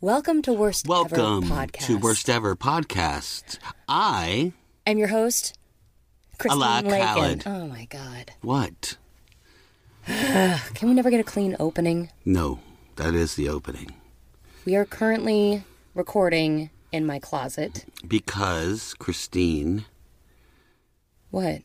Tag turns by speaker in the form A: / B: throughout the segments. A: Welcome to Worst
B: Welcome
A: Ever Podcast.
B: to Worst E- Ever Podcast. I
A: I'm your host, Christine
B: Alaa
A: Lakin.
B: Khaled.
A: Oh my god.
B: what?
A: Can we never get a clean opening?
B: No, that is the opening
A: We are currently recording in my closet.
B: because Christine
A: What?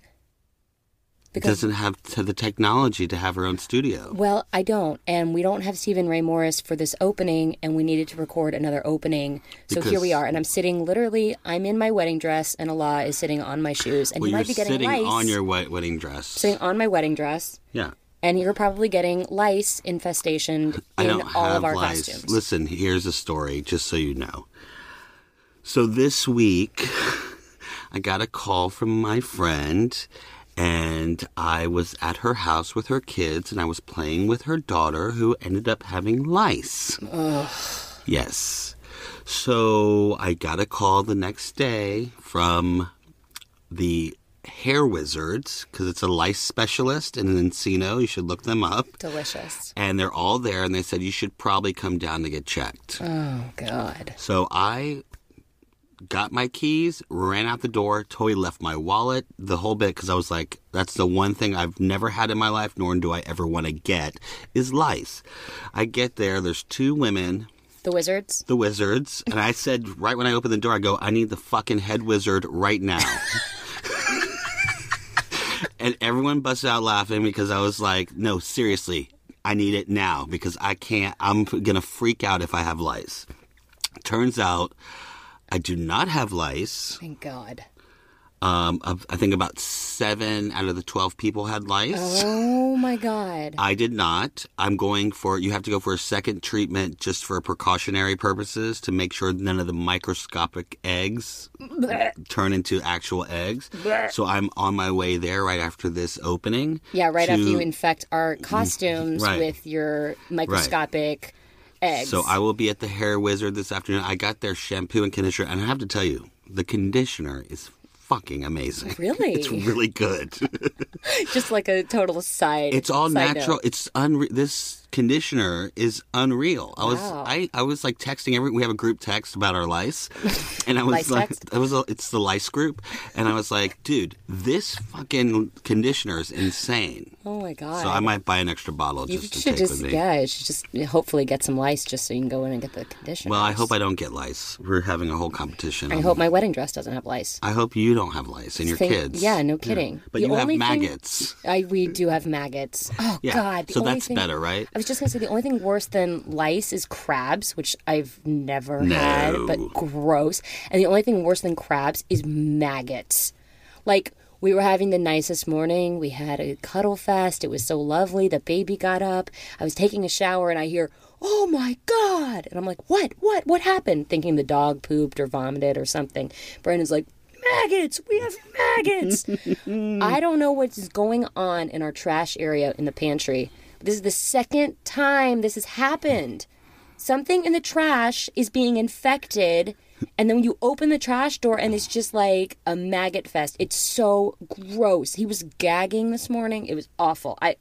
B: doesn't have t- the technology to have her own studio.
A: Well, I don't, and we don't have Stephen Ray Morris for this opening, and we needed to record another opening. So here
B: Because-
A: we are, and I'm sitting literally. I'm in my wedding dress, and Allah is sitting on my shoes, and
B: well,
A: he
B: you're
A: might be getting
B: sitting
A: lice.
B: on your wet wedding dress.
A: sitting on my wedding dress,
B: yeah,
A: and you're probably getting lice infestation
B: I
A: in
B: don't
A: all
B: have
A: of our
B: lice.
A: costumes.
B: Listen, here's a story, just so you know. So this week, I got a call from my friend, and I was at her house with her kids, and I was playing with her daughter, who ended up having lice. Yes. So I got a call the next day from the hair wizards because it's a lice specialist in Encino. You should look them up
A: Delicious.
B: and they're all there and they said you should probably come down to get checked
A: Oh God.
B: so i got my keys ran out the door totally left my wallet the whole bit because i was like that's the one thing i've never had in my life nor do i ever want to get is lice i get there there's two women
A: The wizards.
B: the wizards and i said right when i opened the door i go i need the fucking head wizard right now and everyone busted out laughing because i was like no seriously i need it now because i can't i'm gonna freak out if i have lice turns out i do not have lice
A: Thank God.
B: um, of- i think about seven out of the 12 people had lice
A: Oh my God.
B: I did not. I'm going for you have to go for a second treatment just for precautionary purposes to make sure none of the microscopic eggs turn into actual eggs. So I'm on my way there right after this opening.
A: Yeah, right
B: to- Mm,
A: after you infect our costumes
B: right.
A: with your microscopic eggs.
B: So I will be at the hair wizard this afternoon. I got their shampoo and conditioner and I have to tell you, the conditioner is fucking amazing.
A: Really?
B: It's really good.
A: just like a total side.
B: It's all
A: side
B: natural.
A: note.
B: It's unre- this conditioner is unreal. I was
A: Wow.
B: I, I was like texting every we have a group text about our lice. And I was
A: Lice
B: like
A: text?
B: I was it's the lice group and I was like, dude, this fucking conditioner is insane.
A: Oh my god.
B: So I might buy an extra bottle
A: you
B: just to
A: should
B: take
A: just
B: with me.
A: yeah, you should just hopefully get some lice just so you can go in and get the conditioner.
B: Well, I hope I don't get lice. We're having a whole competition.
A: I
B: on-
A: hope my wedding dress doesn't have lice.
B: I hope you don't have lice and your
A: Think-
B: kids.
A: Yeah, no kidding.
B: But
A: The
B: you have
A: only thing-
B: maggots.
A: I we do have maggots. Oh
B: Yeah.
A: god. The
B: so
A: only
B: that's
A: thing-
B: better, right?
A: I was just gonna say the only thing worse than lice is crabs, which I've never had, but gross. And the only thing worse than crabs is maggots. Like we were having the nicest morning. We had a cuddle fest. It was so lovely. The baby got up. I was taking a shower and I hear, "Oh my god!" And I'm like, "What? What? What happened?" Thinking the dog pooped or vomited or something. Brandon's like, "Maggots! We have maggots!" I don't know what's going on in our trash area in the pantry. This is the second time this has happened. Something in the trash is being infected, and then you open the trash door and it's just like a maggot fest. It's so gross. He was gagging this morning. It was awful. I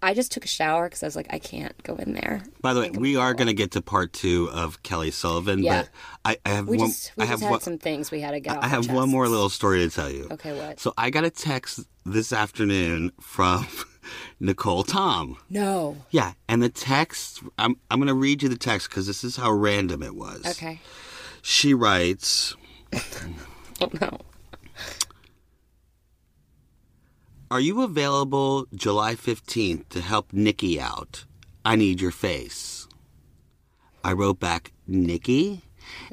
A: I just took a shower because I was like, I can't go in there.
B: By the way, we are going to get to part two of Kelly Sullivan,
A: Yeah.
B: but I, I have
A: We
B: one.
A: just we
B: I
A: just
B: have
A: had
B: one.
A: some things we had to get. off
B: I
A: our
B: have one more
A: chests.
B: little story to tell you.
A: Okay, what?
B: So I got a text this afternoon from Nicole Tom.
A: No.
B: Yeah, and the text. I'm I'm going to read you the text because this is how random it was.
A: Okay.
B: She writes.
A: Oh no.
B: Are you available July 15th to help Nikki out? I need your face. I wrote back, Nikki?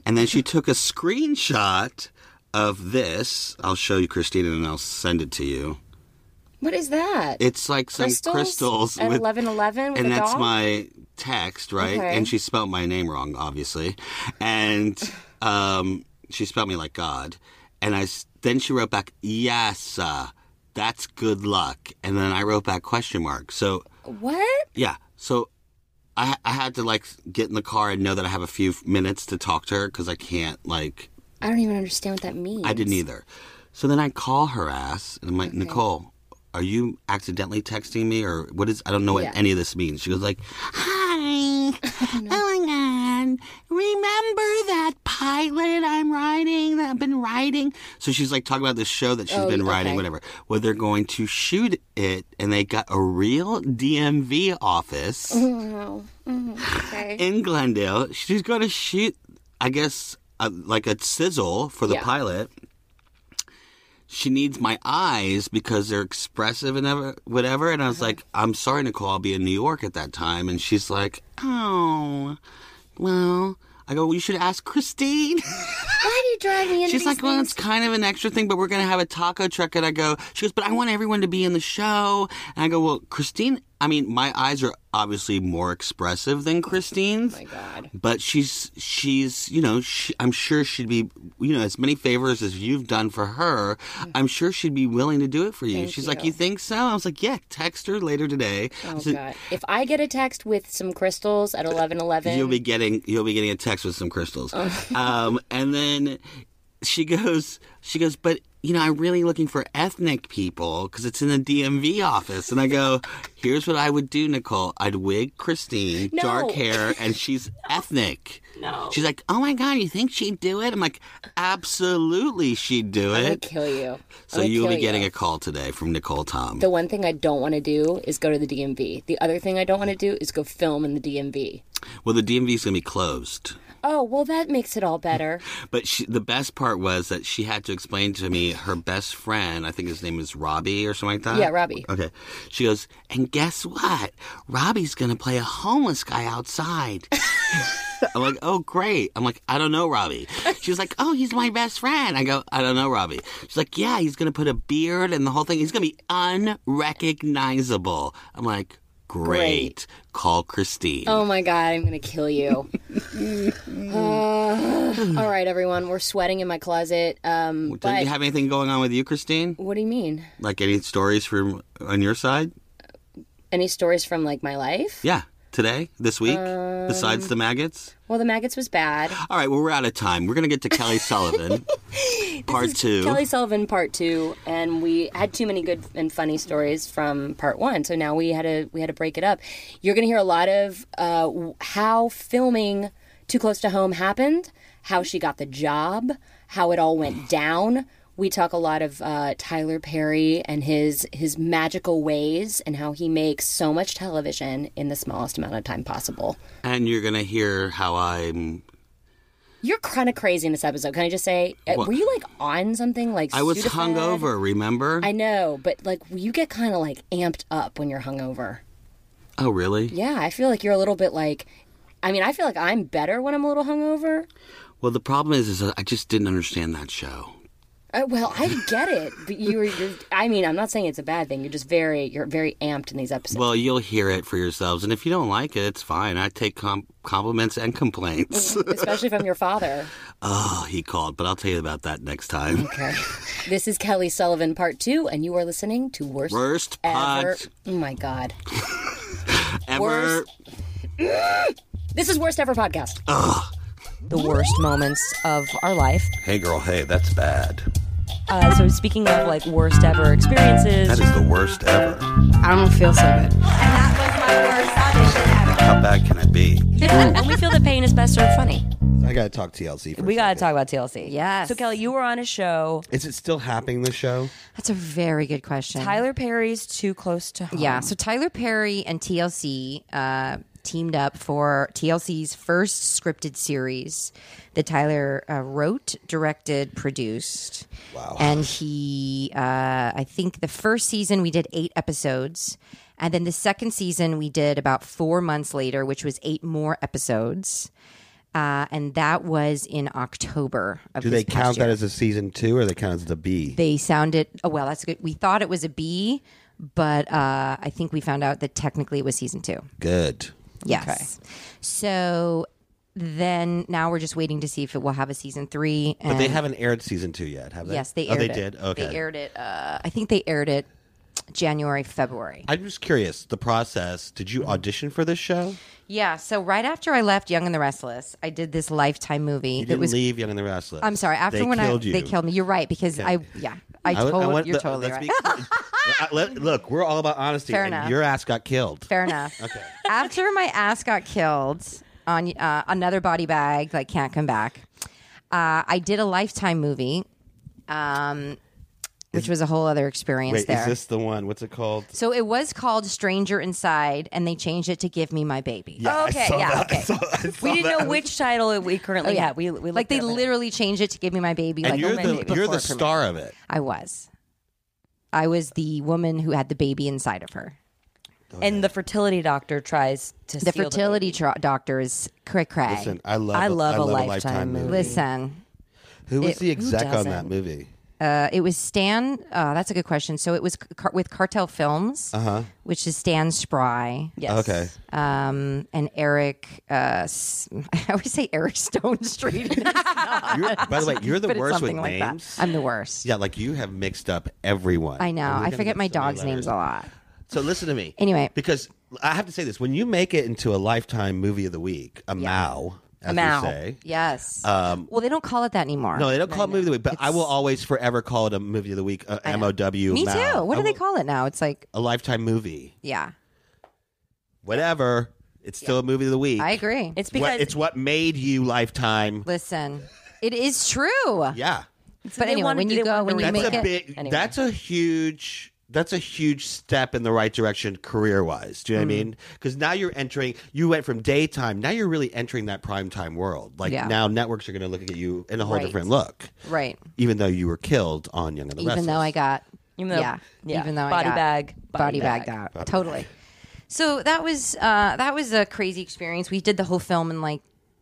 B: And then she took a screenshot of this. I'll show you, Christina, and I'll send it to you.
A: What is that?
B: It's like some crystals,
A: at
B: with,
A: eleven eleven with
B: and
A: a
B: that's
A: doll?
B: my text, right?
A: Okay.
B: And she spelled my name wrong, obviously, and um, she spelled me like God. And I s- then she wrote back, "Yes, uh, that's good luck." And then I wrote back question mark. So
A: What?
B: yeah, so I I had to like get in the car and know that I have a few minutes to talk to her because I can't like
A: I don't even understand what that means.
B: I didn't either. So then I call her ass and I'm like, Nicole, are you accidentally texting me or what is, I don't know what
A: Yeah.
B: any of this means. She goes like, hi, oh my God, we pilot I'm writing that I've been writing. So she's like talking about this show that she's
A: Oh,
B: been writing,
A: okay.
B: whatever. Well, they're going to shoot it, and they got a real DMV office
A: Oh, Okay.
B: in Glendale. She's going to shoot, I guess, uh like a sizzle for the
A: Yeah.
B: pilot. She needs my eyes because they're expressive and ever, whatever. And I
A: Uh-huh.
B: was like, I'm sorry, Nicole, I'll be in New York at that time. And she's like, oh, well. I go, well, you should ask Christine.
A: Why do you drive me into
B: She's
A: these
B: like, well, it's kind of an extra thing, but we're going to have a taco truck. And I go, she goes, but I want everyone to be in the show. And I go, well, Christine, I mean, my eyes are obviously more expressive than Christine's
A: things? Oh my God.
B: but she's she's you know she, i'm sure she'd be you know as many favors as you've done for her i'm sure she'd be willing to do it for you
A: Thank
B: she's like
A: you.
B: you think so i was like yeah text her later today I
A: Oh
B: said,
A: God. If I get a text with some crystals at eleven eleven,
B: you'll be getting you'll be getting a text with some crystals
A: Oh.
B: um, and then she goes she goes but you know i'm really looking for ethnic people because it's in the dmv office and i go here's what i would do nicole i'd wig christine
A: No.
B: dark hair and she's ethnic
A: No.
B: she's like oh my god you think she'd do it i'm like absolutely she'd do
A: I'm gonna
B: it
A: kill you. I'm
B: so
A: gonna
B: you'll be
A: kill
B: getting
A: you.
B: a call today from nicole tom
A: The one thing I don't want to do is go to the DMV. The other thing I don't want to do is go film in the DMV.
B: well the dmv's gonna be closed
A: Oh well, that makes it all better.
B: But she, the best part was that she had to explain to me her best friend, I think his name is Robbie or something like that.
A: Yeah, Robbie.
B: Okay. She goes, and guess what? Robbie's going to play a homeless guy outside. I'm like, oh, great. I'm like, I don't know, Robbie. She's like, oh, he's my best friend. I go, I don't know, Robbie. She's like, yeah, he's going to put a beard and the whole thing. He's going to be unrecognizable. I'm like, great.
A: Great.
B: Call Christine.
A: Oh my God, I'm gonna kill you. Uh, all right, everyone, we're sweating in my closet. Um,
B: Do
A: but
B: you have anything going on with you, Christine?
A: what do you mean?
B: Like any stories from on your side?
A: Any stories from like my life?
B: Yeah, today, this week,
A: Um,
B: besides the maggots.
A: Well, the maggots was bad.
B: All right, well, we're out of time. We're gonna get to Kelly Sullivan, part two.
A: Kelly Sullivan part two, and we had too many good and funny stories from part one, so now we had to we had to break it up. You're going to hear a lot of uh, w- how filming Too Close to Home happened, how she got the job, how it all went down. We talk a lot of uh, Tyler Perry and his his magical ways and how he makes so much television in the smallest amount of time possible.
B: and you're gonna hear how I'm.
A: You're kind of crazy in this episode. Can I just say, uh, were you like on something like
B: I was
A: Sudafed?
B: hungover. Remember?
A: I know, but like you get kind of like amped up when you're hungover.
B: oh, really?
A: Yeah, I feel like you're a little bit like. I mean, I feel like I'm better when I'm a little hungover.
B: Well, the problem is, is I just didn't understand that show.
A: Uh, well, I get it, but you're, you're. I mean, I'm not saying it's a bad thing. You're just very, you're very amped in these episodes.
B: Well, you'll hear it for yourselves, and if you don't like it, it's fine. I take com- compliments and complaints.
A: Especially from your father.
B: oh, he called, but I'll tell you about that next time.
A: Okay. This is Kelly Sullivan, part two, and you are listening to Worst,
B: Worst
A: Ever.
B: pod
A: Oh my God.
B: ever.
A: worst- This is Worst Ever Podcast.
C: the worst moments of our life.
D: Hey, girl, hey, that's bad.
C: Uh, so speaking of like worst ever
D: That
C: experiences,
D: is the worst ever.
E: I don't feel so good.
F: And that was my worst audition ever.
D: How bad can it be?
C: and we feel that pain is best served funny.
G: I gotta talk TLC. For
C: We
G: got.
C: got to talk about TLC.
E: Yes.
C: So Kelly, you were on a show,
G: Is it still happening? The show.
E: That's a very good question.
C: Tyler Perry's Too Close to Home.
E: Yeah. So Tyler Perry and TLC uh, teamed up for TLC's first scripted series that Tyler uh, wrote, directed, produced. Wow. And he, uh, I think the first season we did eight episodes. And then the second season we did about four months later, which was eight more episodes. Uh, and that was in October of
G: Do
E: this
G: they count
E: past year.
G: that as a season two, or they count as the B?
E: they sounded oh well that's good we thought it was a b but uh, i think we found out that technically it was season two
G: Good.
E: yes so then now we're just waiting to see if it will have a season three and
G: But they haven't aired season two yet, have they?
E: Um, yes they
G: Oh,
E: aired
G: they
E: it.
G: did. Okay.
E: they aired it uh, i think they aired it january february
G: I'm just curious. The process. Did you audition for this show?
E: yeah so right after i left young and the restless i did this lifetime movie
G: You
E: it
G: didn't
E: was
G: leave Young and the Restless.
E: i'm sorry after
G: they
E: when
G: killed
E: i
G: you.
E: they killed me you're right because i yeah i,
G: I- I
E: told
G: want
E: you're
G: the- uh,
E: totally
G: let's
E: right
G: be- I- let- look, we're all about honesty,
E: Fair
G: and
E: enough.
G: your ass got killed.
E: Fair enough. okay. After my ass got killed on uh, another body bag, like can't come back. Uh, I did a Lifetime movie, um, which was a whole other experience
G: Wait,
E: there.
G: is this the one? What's it called?
E: so it was called Stranger Inside, and they changed it to Give Me My Baby.
G: Yeah, I
C: okay,
G: saw
C: yeah,
G: that. I
C: okay.
G: saw- I saw
C: we didn't
G: that.
C: know which title we currently had. We, we
E: like
C: looked
E: they
C: it up.
E: literally changed it to Give Me My Baby.
G: And
E: like
G: you're
C: Woman
G: the you're
C: Before
G: the star of it.
E: I was. I was the woman who had the baby inside of her.
C: and the fertility doctor tries to
E: The
C: steal
E: fertility tro- doctor is cray cray.
G: Listen, I love
C: I love a
G: a
C: Lifetime
G: lifetime movie.
C: movie.
E: Listen,
G: Who was the exec on that
C: doesn't?
G: movie?
E: uh, it was Stan. Uh, that's a good question. So it was car- with Cartel Films, uh-huh. which is Stan Spry.
C: the yes.
G: Okay.
E: Um, and Eric, uh, S- I always say Eric Stone Street.
G: You're, by the way, you're the
E: but it's
G: worst with
E: something like that.
G: names.
E: I'm the worst.
G: Yeah, like you have mixed up everyone.
E: I know.
G: And we're
E: I
G: gonna
E: forget
G: get
E: my
G: so many
E: dog's names
G: letters.
E: a lot.
G: So listen to me.
E: Anyway.
G: Because I have to say this when you make it into a lifetime movie of the week, a Mao, as
C: Mao.
G: you say.
E: Yes. Um, well, they don't call it that anymore.
G: Uh, No, they don't call it movie of the week, but I will always forever call it a movie of the week, a MOW.
E: Me
G: Mao.
E: too. What
G: I
E: do they
G: will-
E: call it now? It's like,
G: A lifetime movie.
E: yeah,
G: Whatever. It's still a movie of the week.
E: I agree.
C: It's
G: What-
C: because
G: it's what made you lifetime.
E: Listen, it is true.
G: Yeah.
E: But
C: they
E: anyway,
C: wanted-
E: when
C: they
E: you go,
C: wanted
E: when
C: to
E: you make
G: That's a
E: it,
G: big
C: anyway.
G: that's a huge that's a huge step in the right direction career wise. Do you know what I
E: Mm-hmm.
G: mean? Because now you're entering you went from daytime, now you're really entering that prime time world. Like
E: Yeah.
G: now networks are gonna look at you in a whole
E: Right.
G: different look.
E: right?
G: Even though you were killed on Young and the
E: Even though I got,
C: Even though-
E: yeah,
C: yeah,
E: even though
C: body
E: I got
C: bag, body
E: body, bagged
C: bag.
E: out, totally. So that was uh, that was a crazy experience. We did the whole film in like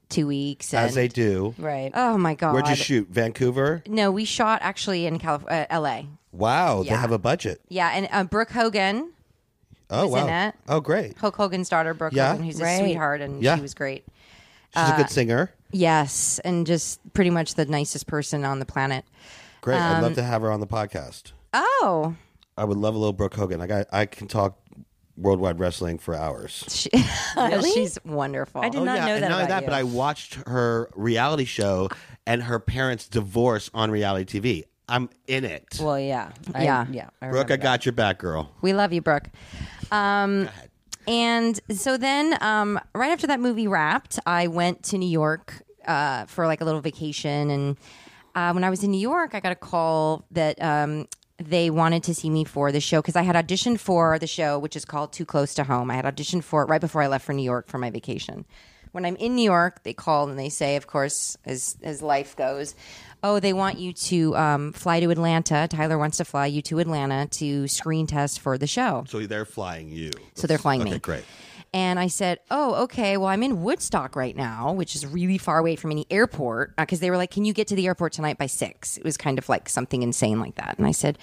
E: two weeks. And,
G: As they do.
C: Right.
E: oh my god!
G: Where'd you shoot? Vancouver?
E: No, we shot actually in Calif- uh, L.A.
G: Wow, they have a budget.
E: Yeah, and uh, Brooke Hogan,
G: Oh
E: Was in
G: wow.
E: it.
G: Oh great.
E: Hulk Hogan's daughter, Brooke
G: Yeah.
E: Hogan, who's
C: Right.
E: a sweetheart, and
G: Yeah.
E: she was great.
G: She's
E: Uh,
G: a good singer.
E: Yes, and just pretty much the nicest person on the planet.
G: Great. I'd love to have her on the podcast.
E: Oh,
G: I would love a little Brooke Hogan. I got I can talk worldwide wrestling for hours.
E: she, she's wonderful.
C: I did not
G: Oh,
C: know
G: and
C: that
G: not only
C: about
G: that,
C: you.
G: but I watched her reality show and her parents' divorce on reality TV. I'm in it.
C: well, yeah. I,
E: Yeah.
C: Yeah. I
G: Brooke, I
C: remember
G: got your back, girl.
E: We love you, Brooke. Um, and so then, um, right after that movie wrapped, I went to New York uh, for like a little vacation. And uh, when I was in New York, I got a call that um, they wanted to see me for the show because I had auditioned for the show, which is called Too Close to Home. I had auditioned for it right before I left for New York for my vacation. When I'm in New York, they call and they say, of course, as as life goes, oh, they want you to um, fly to Atlanta. Tyler wants to fly you to Atlanta to screen test for the show.
G: So they're flying you.
E: So they're flying
G: okay,
E: me.
G: great.
E: And I said, "Oh, okay. Well, I'm in Woodstock right now, which is really far away from any airport." Because they were like, "Can you get to the airport tonight by 6? It was kind of like something insane like that. And I said,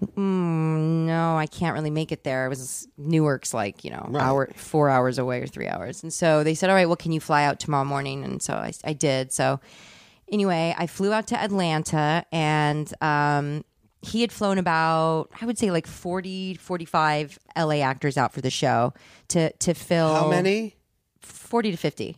E: mm, "No, I can't really make it there." It was Newark's like you know hour four hours away or three hours. And so they said, "All right, well, can you fly out tomorrow morning?" And so I, I did. So anyway, I flew out to Atlanta and. Um, he had flown about i would say like 40 45 la actors out for the show to to fill
G: How many?
E: 40 to 50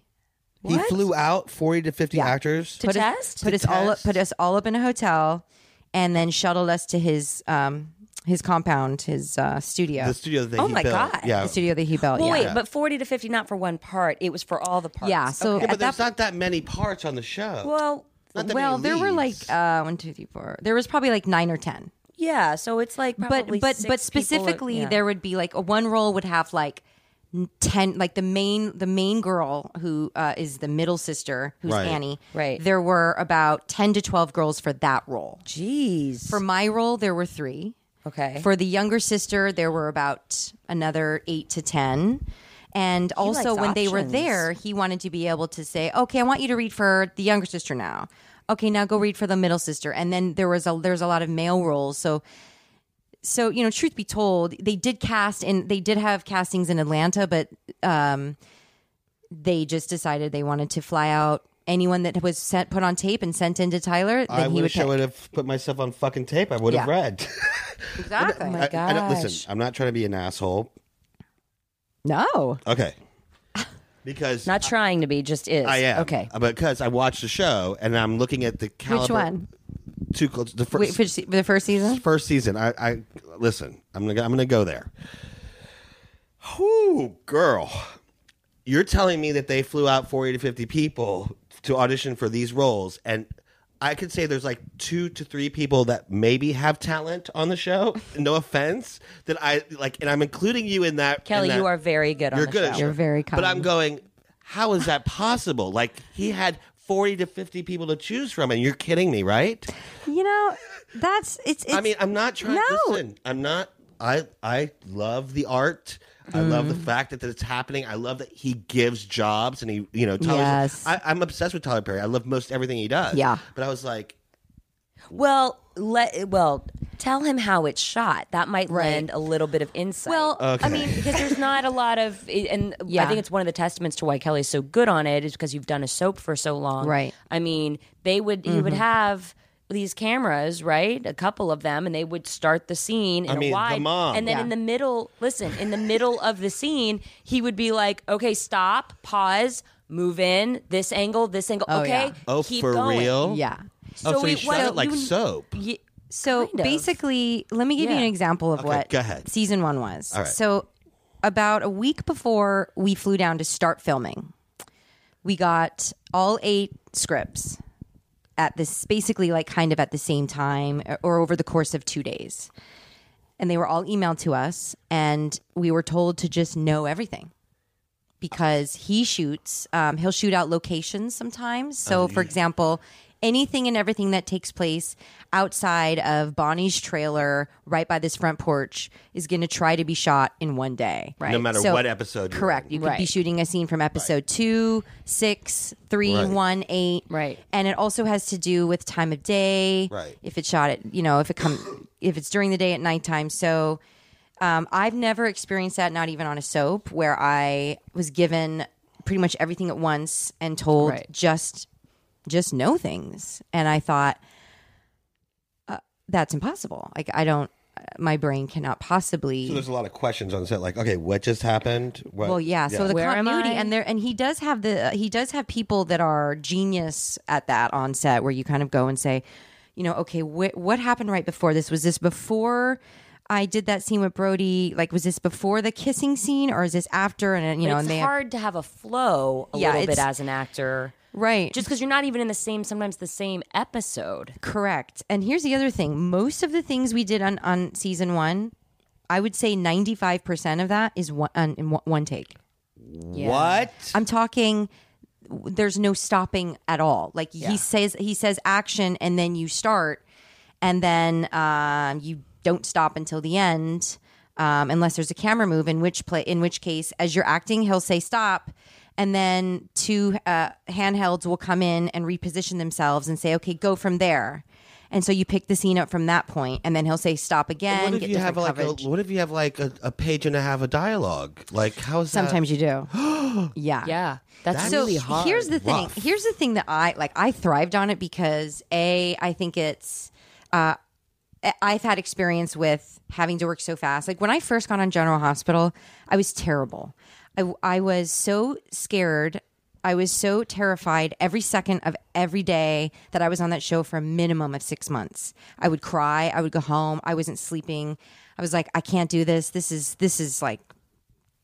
G: He flew out 40 to 50 actors.
C: To test?
E: put
G: To
E: us all up,
G: test?
E: put us all up in a hotel and then shuttled us to his um his compound his uh studio
G: The studio that
C: Oh
G: he
C: my
G: built.
C: God.
G: Yeah.
E: the studio that he built
C: Well,
E: yeah
C: wait, but 40 to 50, not for one part. It was for all the parts.
E: yeah so
G: yeah,
E: at
G: but
E: that
G: there's not that many parts on the show.
C: Well,
G: not that
E: well
G: many
E: there were like
G: leads.
E: uh one two three four there was probably like nine or ten
C: yeah. So it's like probably
E: but but
C: six
E: but
C: people-
E: specifically
C: yeah.
E: there would be like a one role would have like n- 10 like the main the main girl who uh, is the middle sister who's
G: Right.
E: annie
C: Right.
E: there were about 10 to 12 girls for that role
C: Jeez.
E: for my role there were three
C: okay.
E: for the younger sister there were about another eight to ten and also
C: likes
E: when they were
C: options.
E: there he wanted to be able to say okay i want you to read for the younger sister now okay now go read for the middle sister and then there was a there's a lot of male roles so so you know truth be told they did cast and they did have castings in atlanta but um they just decided they wanted to fly out anyone that was sent put on tape and sent into tyler
G: I
E: then he would
G: wish I
E: pick.
G: would have put myself on fucking tape. I would have
E: Yeah.
G: read.
E: exactly
G: I, I don't,
C: gosh.
G: listen, I'm not trying to be an asshole.
E: no
G: Okay. Because
C: Not trying to be, just is.
G: I am. Uh,
C: Okay.
G: Because I watched the show and I'm looking at the caliber.
E: which one
G: Too close. The first,
E: Wait, for, se- for the first season?
G: first season. I, I listen. I'm gonna. I'm gonna go there. Whoo, girl. You're telling me that they flew out 40 to 50 people to audition for these roles and I could say there's like two to three people that maybe have talent on the show. No offense, that I like, and I'm including you in that. in
C: Kelly,
G: that-
C: you are very good on
G: You're
C: the
G: good. at
C: show.
E: You're very
G: But I'm
E: kind.
G: going. How is that possible? Like he had 40 to 50 people to choose from, and you're kidding me, right?
E: You know, that's it's. it's
G: I mean, I'm not trying.
E: No.
G: Listen, I'm not. I I love the art. I love
E: Mm.
G: the fact that, that it's happening. I love that he gives jobs and he, you know, Tyler.
E: Yes.
G: I, I'm obsessed with Tyler Perry. I love most everything he does.
E: Yeah.
G: But I was like,
C: Well, let well tell him how it's shot. That might lend a little bit of insight.
A: Well,
G: Okay.
A: I mean, because there's not a lot of, and I
E: Yeah.
A: think it's one of the testaments to why Kelly's so good on it is because you've done a soap for so long.
E: Right.
A: I mean, they would, he
C: Mm-hmm.
A: would have these cameras, right? A couple of them, and they would start the scene in a
G: mean, the
A: wide.
G: mom.
A: And then
E: Yeah.
A: in the middle, listen, in the middle of the scene, he would be like, okay, stop, pause, move in, this angle, this angle. okay.
E: yeah.
G: oh,
A: keep
G: for
A: going.
G: real?
E: yeah.
G: Oh, so, he
A: it
G: shot
A: wasn't-
G: it like
A: you-
G: soap.
A: Ye-
E: So
A: Kind of.
E: basically, let me give you
A: Yeah.
E: an example of what
G: go ahead.
E: season one was.
G: All right.
E: So about a week before we flew down to start filming, we got all eight scripts at this basically like kind of at the same time or over the course of two days. And they were all emailed to us and we were told to just know everything. Because he shoots, um, he'll shoot out locations sometimes. So,
G: Oh,
E: for example, anything and everything that takes place outside of Bonnie's trailer, right by this front porch, is going to try to be shot in one day. Right.
G: No matter what episode you're
E: Correct. You
G: in.
E: could be shooting a scene from episode two, six, three,
G: Right.
E: one, eight.
A: Right.
E: And it also has to do with time of day.
G: Right.
E: If it's shot at, you know, if it come, if it's during the day at nighttime. So um, I've never experienced that, not even on a soap, where I was given pretty much everything at once and told
A: Right.
E: just, just know things. And I thought, uh, that's impossible. Like, I don't, my brain cannot possibly.
G: So there's a lot of questions on set, like, okay, what just happened? What,
E: Well, yeah. So the
A: Where am
E: continuity,
A: I?
E: and there, and he does have the uh, he does have people that are genius at that on set, where you kind of go and say, you know, okay, wh- what happened right before this? Was this before? I did that scene with Brody. Like, was this before the kissing scene, or is this after? And uh, you know,
A: But
E: and
A: it's
E: they
A: hard to have a flow a
E: Yeah,
A: little bit
E: it's-
A: as an actor,
E: right,
A: Just because you're not even in the same, sometimes the same episode.
E: correct. And here's the other thing: most of the things we did on on season one, I would say ninety five percent of that is one on, in one- one take.
G: What?
E: I'm talking there's no stopping at all. Like he says he says action and then you start and then um, you don't stop until the end um, unless there's a camera move in which play in which case as you're acting he'll say stop and then two uh, handhelds will come in and reposition themselves and say okay go from there. And so you pick the scene up from that point and then he'll say stop again
G: what if
E: get
G: you have
E: different
G: like
E: coverage.
G: a, what if you have like a, a page and a half of dialogue? Like, how is that?
E: Sometimes you do. yeah.
A: Yeah, that's,
G: That's-
E: so
A: really hard.
E: here's the thing.
G: Rough.
E: Here's the thing that I like. I thrived on it because a I think it's. Uh, I- I've had experience with having to work so fast. Like when I first got on General Hospital, I was terrible. I, I was so scared. I was so terrified every second of every day that I was on that show for a minimum of six months. I would cry. I would go home. I wasn't sleeping. I was like, I can't do this. This is this is like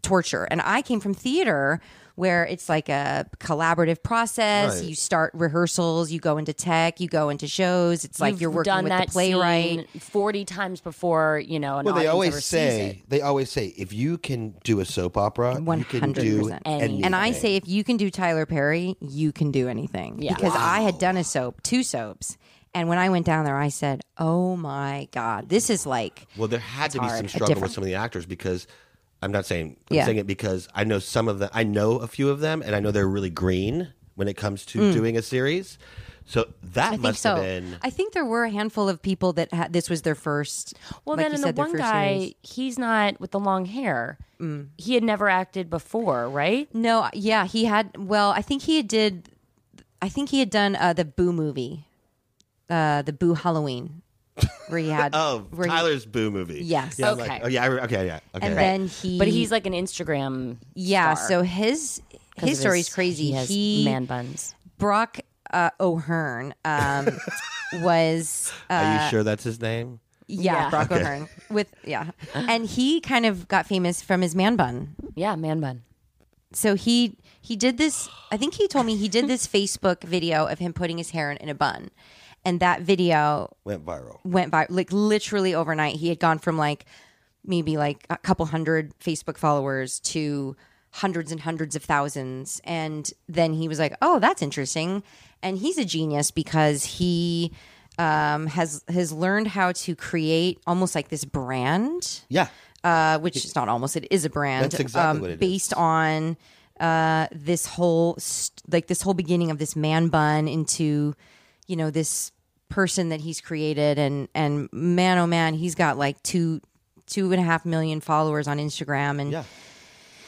E: torture. And I came from theater where it's like a collaborative process.
G: Right.
E: You start rehearsals, you go into tech, you go into shows. It's like
A: You've
E: you're working
A: done
E: with
A: that
E: the playwright.
A: scene forty times before. You know, an
G: Well, they
A: audience
G: always
A: ever sees
G: say
A: it.
G: they always say if you can do a soap opera, you can do
E: 100%.
G: anything.
E: And I say, if you can do Tyler Perry, you can do anything. Because I had done a soap, two soaps. And when I went down there, I said, oh my God, this is like,
G: Well, there had to be
E: hard.
G: some
E: A
G: struggle with
E: different-
G: some of the actors because I'm not saying I'm
E: Yeah.
G: saying it because I know some of them. I know a few of them, and I know they're really green when it comes to doing a series. So
E: Mm.
G: that
E: I think
G: must
E: so.
G: have been.
E: I think there were a handful of people that had, this was their first.
A: Well,
E: like
A: then
E: you
A: and
E: said,
A: the
E: their
A: one
E: first
A: guy,
E: series. Mm.
A: he's not with the long hair. He had never acted before, right?
E: No, yeah, he had. Well, I think he had did. I think he had done uh, the Boo movie, uh, the Boo Halloween, where he had.
G: Oh,
E: where he-
G: Tyler's Boo movie.
E: Yes.
G: Yeah, I was like,
A: Okay.
G: oh yeah. I re- Okay. Yeah. Okay.
E: and then he.
A: But he's like an Instagram.
E: yeah.
A: star
E: So his
A: 'cause
E: his
A: of
E: story's crazy.
A: He has man buns.
E: Brock uh, O'Hearn um, was. Uh,
G: Are you sure that's his name?
E: yeah,
A: Yeah.
E: Brock O'Hearn with yeah, and he kind of got famous from his man bun.
A: Yeah, man bun.
E: so he he did this i think he told me he did this facebook video of him putting his hair in, in a bun and that video
G: Went viral.
E: went by like literally overnight he had gone from like maybe like a couple hundred facebook followers to hundreds and hundreds of thousands and then he was like oh that's interesting and he's a genius because he um, has has learned how to create almost like this brand
G: Yeah.
E: uh, which is not almost it is a brand um,
G: That's exactly what it is.
E: based on uh, this whole st- like this whole beginning of this man bun into you know this person that he's created and and man oh man he's got like two two and a half million followers on instagram and
G: Yeah.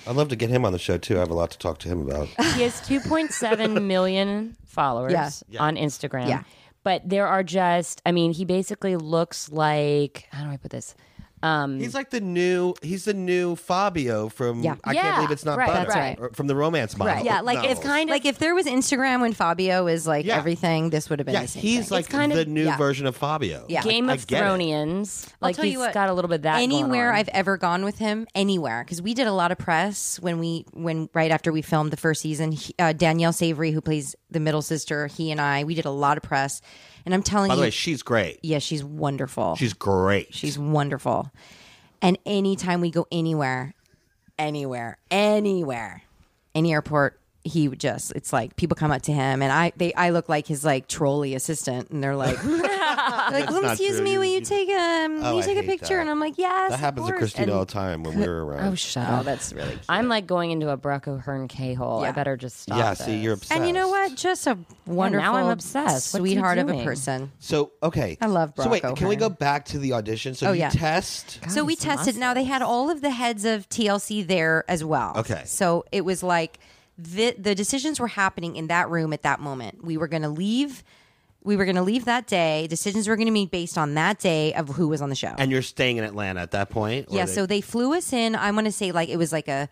G: I'd love to get him on the show too. I have a lot to talk to him about.
H: He has 2.7 million followers
E: Yeah.
H: on Instagram.
E: Yeah.
H: But there are just, I mean, he basically looks like, how do I put this? Um,
G: He's like the new. He's the new Fabio from.
E: Yeah.
G: I
H: Yeah,
G: can't believe it's not
H: right,
G: butter.
H: that's right.
G: Or from the romance model.
E: Right. Yeah,
H: like, it's
G: novels.
H: kind of-
E: like if there was instagram when fabio is like
G: Yeah.
E: everything this would have been
G: Yeah,
E: the same
G: he's
E: thing.
G: like
H: kind of-
G: the new
E: yeah.
G: version of Fabio.
E: Yeah.
H: Game
G: I
H: of
G: get it.
H: Thronians. Like
E: tell you
H: he's
E: what,
H: got a little bit of that. going
E: anywhere
H: on.
E: I've ever gone with him, anywhere because we did a lot of press when we when right after we filmed the first season. He, uh, Danielle Savory, who plays the middle sister, he and I, we did a lot of press, and I'm telling
G: By
E: you,
G: the way, she's great.
E: yeah, she's wonderful.
G: She's great.
E: she's wonderful, and anytime we go anywhere, anywhere, anywhere, any airport. He would just, it's like people come up to him and I, they, I look like his like trolley assistant and they're like, they're like, well,
G: not
E: excuse
G: true.
E: me,
G: You-
E: will you
G: you-
E: take a, um, will
G: Oh,
E: you
G: I
E: take a
G: hate
E: picture?
G: that.
E: And I'm like, yes.
G: that
E: of
G: happens to
E: course."
G: Christine
E: And-
G: all the time when we were around.
H: Oh, shut
E: Oh,
H: up.
E: that's really cute.
H: I'm like going into a Bronco Hearn K hole. I
E: Yeah.
H: better just stop.
G: yeah, see,
H: this.
G: you're obsessed.
E: And you know what? Just a wonderful,
H: I'm obsessed. What's he
E: sweetheart of a
H: doing?
E: person.
G: So okay,
E: I love
G: So wait,
E: Bronco
G: can we
E: Hearn.
G: go back to the audition? So
E: Oh,
G: you
E: yeah.
G: test.
E: so we
H: he's
E: tested. Now they had all of the heads of TLC there as well.
G: Okay.
E: So it was like the the decisions were happening in that room at that moment. We were going to leave. We were going to leave that day. Decisions were going to be based on that day of who was on the show.
G: And you're staying in Atlanta at that point. or
E: yeah.
G: they-
E: So they flew us in. I want to say like it was like a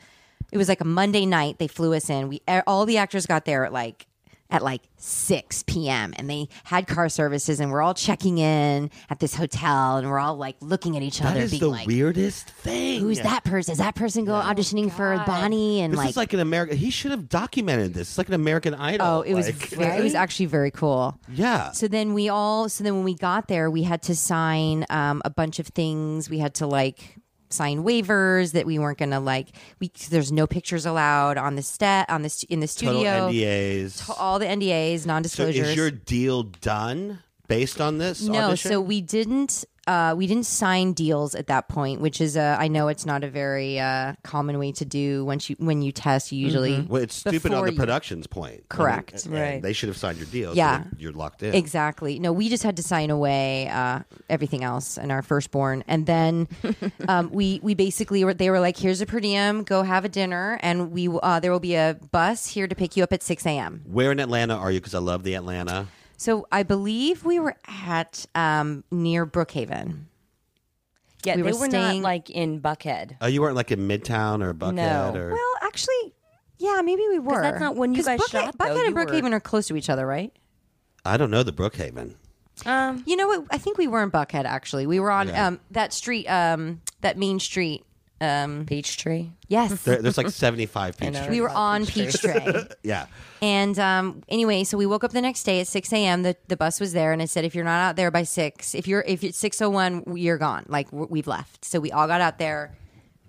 E: it was like a Monday night. They flew us in. We e, all the actors got there at like at like 6 p.m. and they had car services and we're all checking in at this hotel and we're all like looking at each
G: that
E: other
G: is
E: being
G: the
E: like
G: weirdest thing.
E: who's that person? Is that person go auditioning for Bonnie and
G: This
E: like,
G: is like an American. He should have documented this. It's like an American Idol.
E: Oh, it was
G: like-
E: very, it was actually very cool.
G: Yeah.
E: So then we all so then when we got there, we had to sign um, a bunch of things. We had to like sign waivers that we weren't going to like we 'cause there's no pictures allowed on the set on the stu- in the
G: Total
E: studio.
G: NDAs.
E: To- all the NDAs,
G: so
E: non-disclosures.
G: is your deal done based on this?
E: no,
G: audition?
E: so we didn't uh, we didn't sign deals at that point, which is uh, I know it's not a very uh, common way to do once you when you test. You usually
G: Well, it's stupid on
E: before
G: the
E: you-
G: production's point. I mean,
E: Correct.
G: and They should have signed your deal. so
E: Yeah.
G: that you're locked in.
E: Exactly. No, we just had to sign away uh, everything else and our firstborn, and then um, we we basically were. They were like, "Here's a per diem. Go have a dinner, and we uh, there will be a bus here to pick you up at six a.m."
G: Where in Atlanta are you? Because I love the Atlanta.
E: So I believe we were at um, near Brookhaven.
H: Yeah,
E: we
H: they
E: were
H: were
E: staying-
H: not like in Buckhead.
G: Oh, you weren't like in Midtown or Buckhead
H: No.
G: or.
E: Well, actually, yeah, maybe we were.
H: that's not when you
E: 'Cause
H: guys
E: Brookha-
H: shot, though.
E: Buckhead and
H: You were-
E: Brookhaven are close to each other, right?
G: I don't know the Brookhaven.
H: Um,
E: You know what? I think we were in Buckhead. Actually, we were on um, that street, um, that main street.
C: Mm-hmm.
E: Um,
H: Peachtree.
E: yes.
G: There, there's like 75 Peachtree.
E: We were on Peachtree.
G: Yeah.
E: and um, anyway, so we woke up the next day at 6 a.m. The, the bus was there, and it said, if you're not out there by 6, if you're if it's 6.01, you're gone. Like, w- we've left. So we all got out there.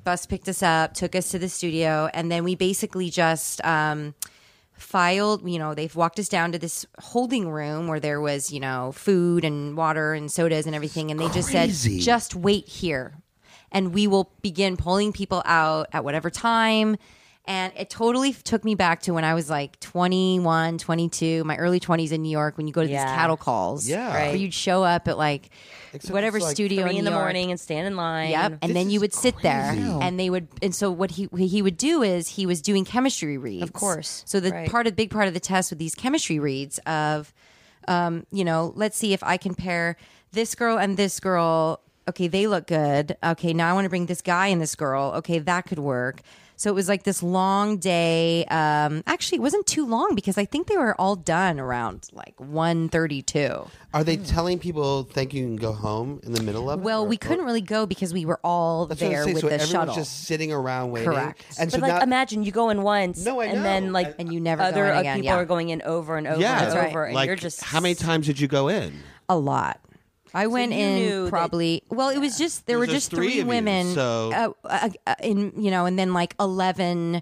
E: Bus picked us up, took us to the studio, and then we basically just um, filed, you know, they've walked us down to this holding room where there was, you know, food and water and sodas and everything. And they just said,
G: Crazy.
E: just wait here and we will begin pulling people out at whatever time. And it totally took me back to when I was like 21, 22, my early 20s in New York when you go to
H: Yeah.
E: these cattle calls.
G: Yeah.
E: Where you'd show up at like whatever
G: it's like
E: studio
H: Three in the
E: New York.
H: morning and stand in line.
E: Yep. And then you would sit there and they would and so what he he would do is he was doing chemistry reads. Of
H: course.
E: So the
H: Right.
E: part of big part of the test with these chemistry reads of um, you know, let's see if I can pair this girl and this girl. Okay, they look good. Okay, now I want to bring this guy and this girl. Okay, that could work. So it was like this long day. Um, actually, it wasn't too long because I think they were all done around like 1.32.
I: Are they telling people thank you and go home in the middle of it?
E: Well,
I: Or-
E: we couldn't really go because we were all
I: That's what I'm
E: there
I: saying.
E: with
I: so
E: the
I: everyone's
E: shuttle.
I: just sitting around waiting.
E: Correct.
I: And so
C: but like,
I: now,
C: imagine you go in once,
I: No, I
C: and
I: know.
C: then like,
E: And you never go
C: other
E: in
C: uh,
E: again,
C: people
E: yeah.
C: are going in over and over
G: Yeah.
C: and
E: That's
C: over,
E: right.
C: and
G: like,
C: you're just
G: how many times did you go in?
E: a lot. I went
C: you knew
E: in
C: that-
E: probably. well, it was just there were
G: There's just
E: just
G: three
E: three,
G: of you,
E: women.
G: so-
E: uh, uh, uh, in you know, and then like eleven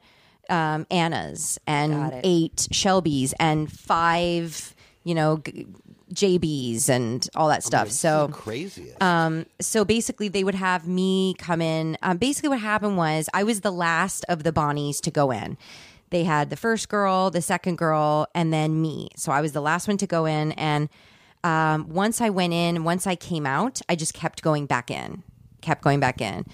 E: um, Annas and eight Shelbys and five you know g- JBs and all that stuff. so
I: craziest.
E: um, so basically, they would have me come in. Um, basically, what happened was I was the last of the Bonnies to go in. They had the first girl, the second girl, and then me. So I was the last one to go in. And um, once I went in, once I came out, I just kept going back in, kept going back in.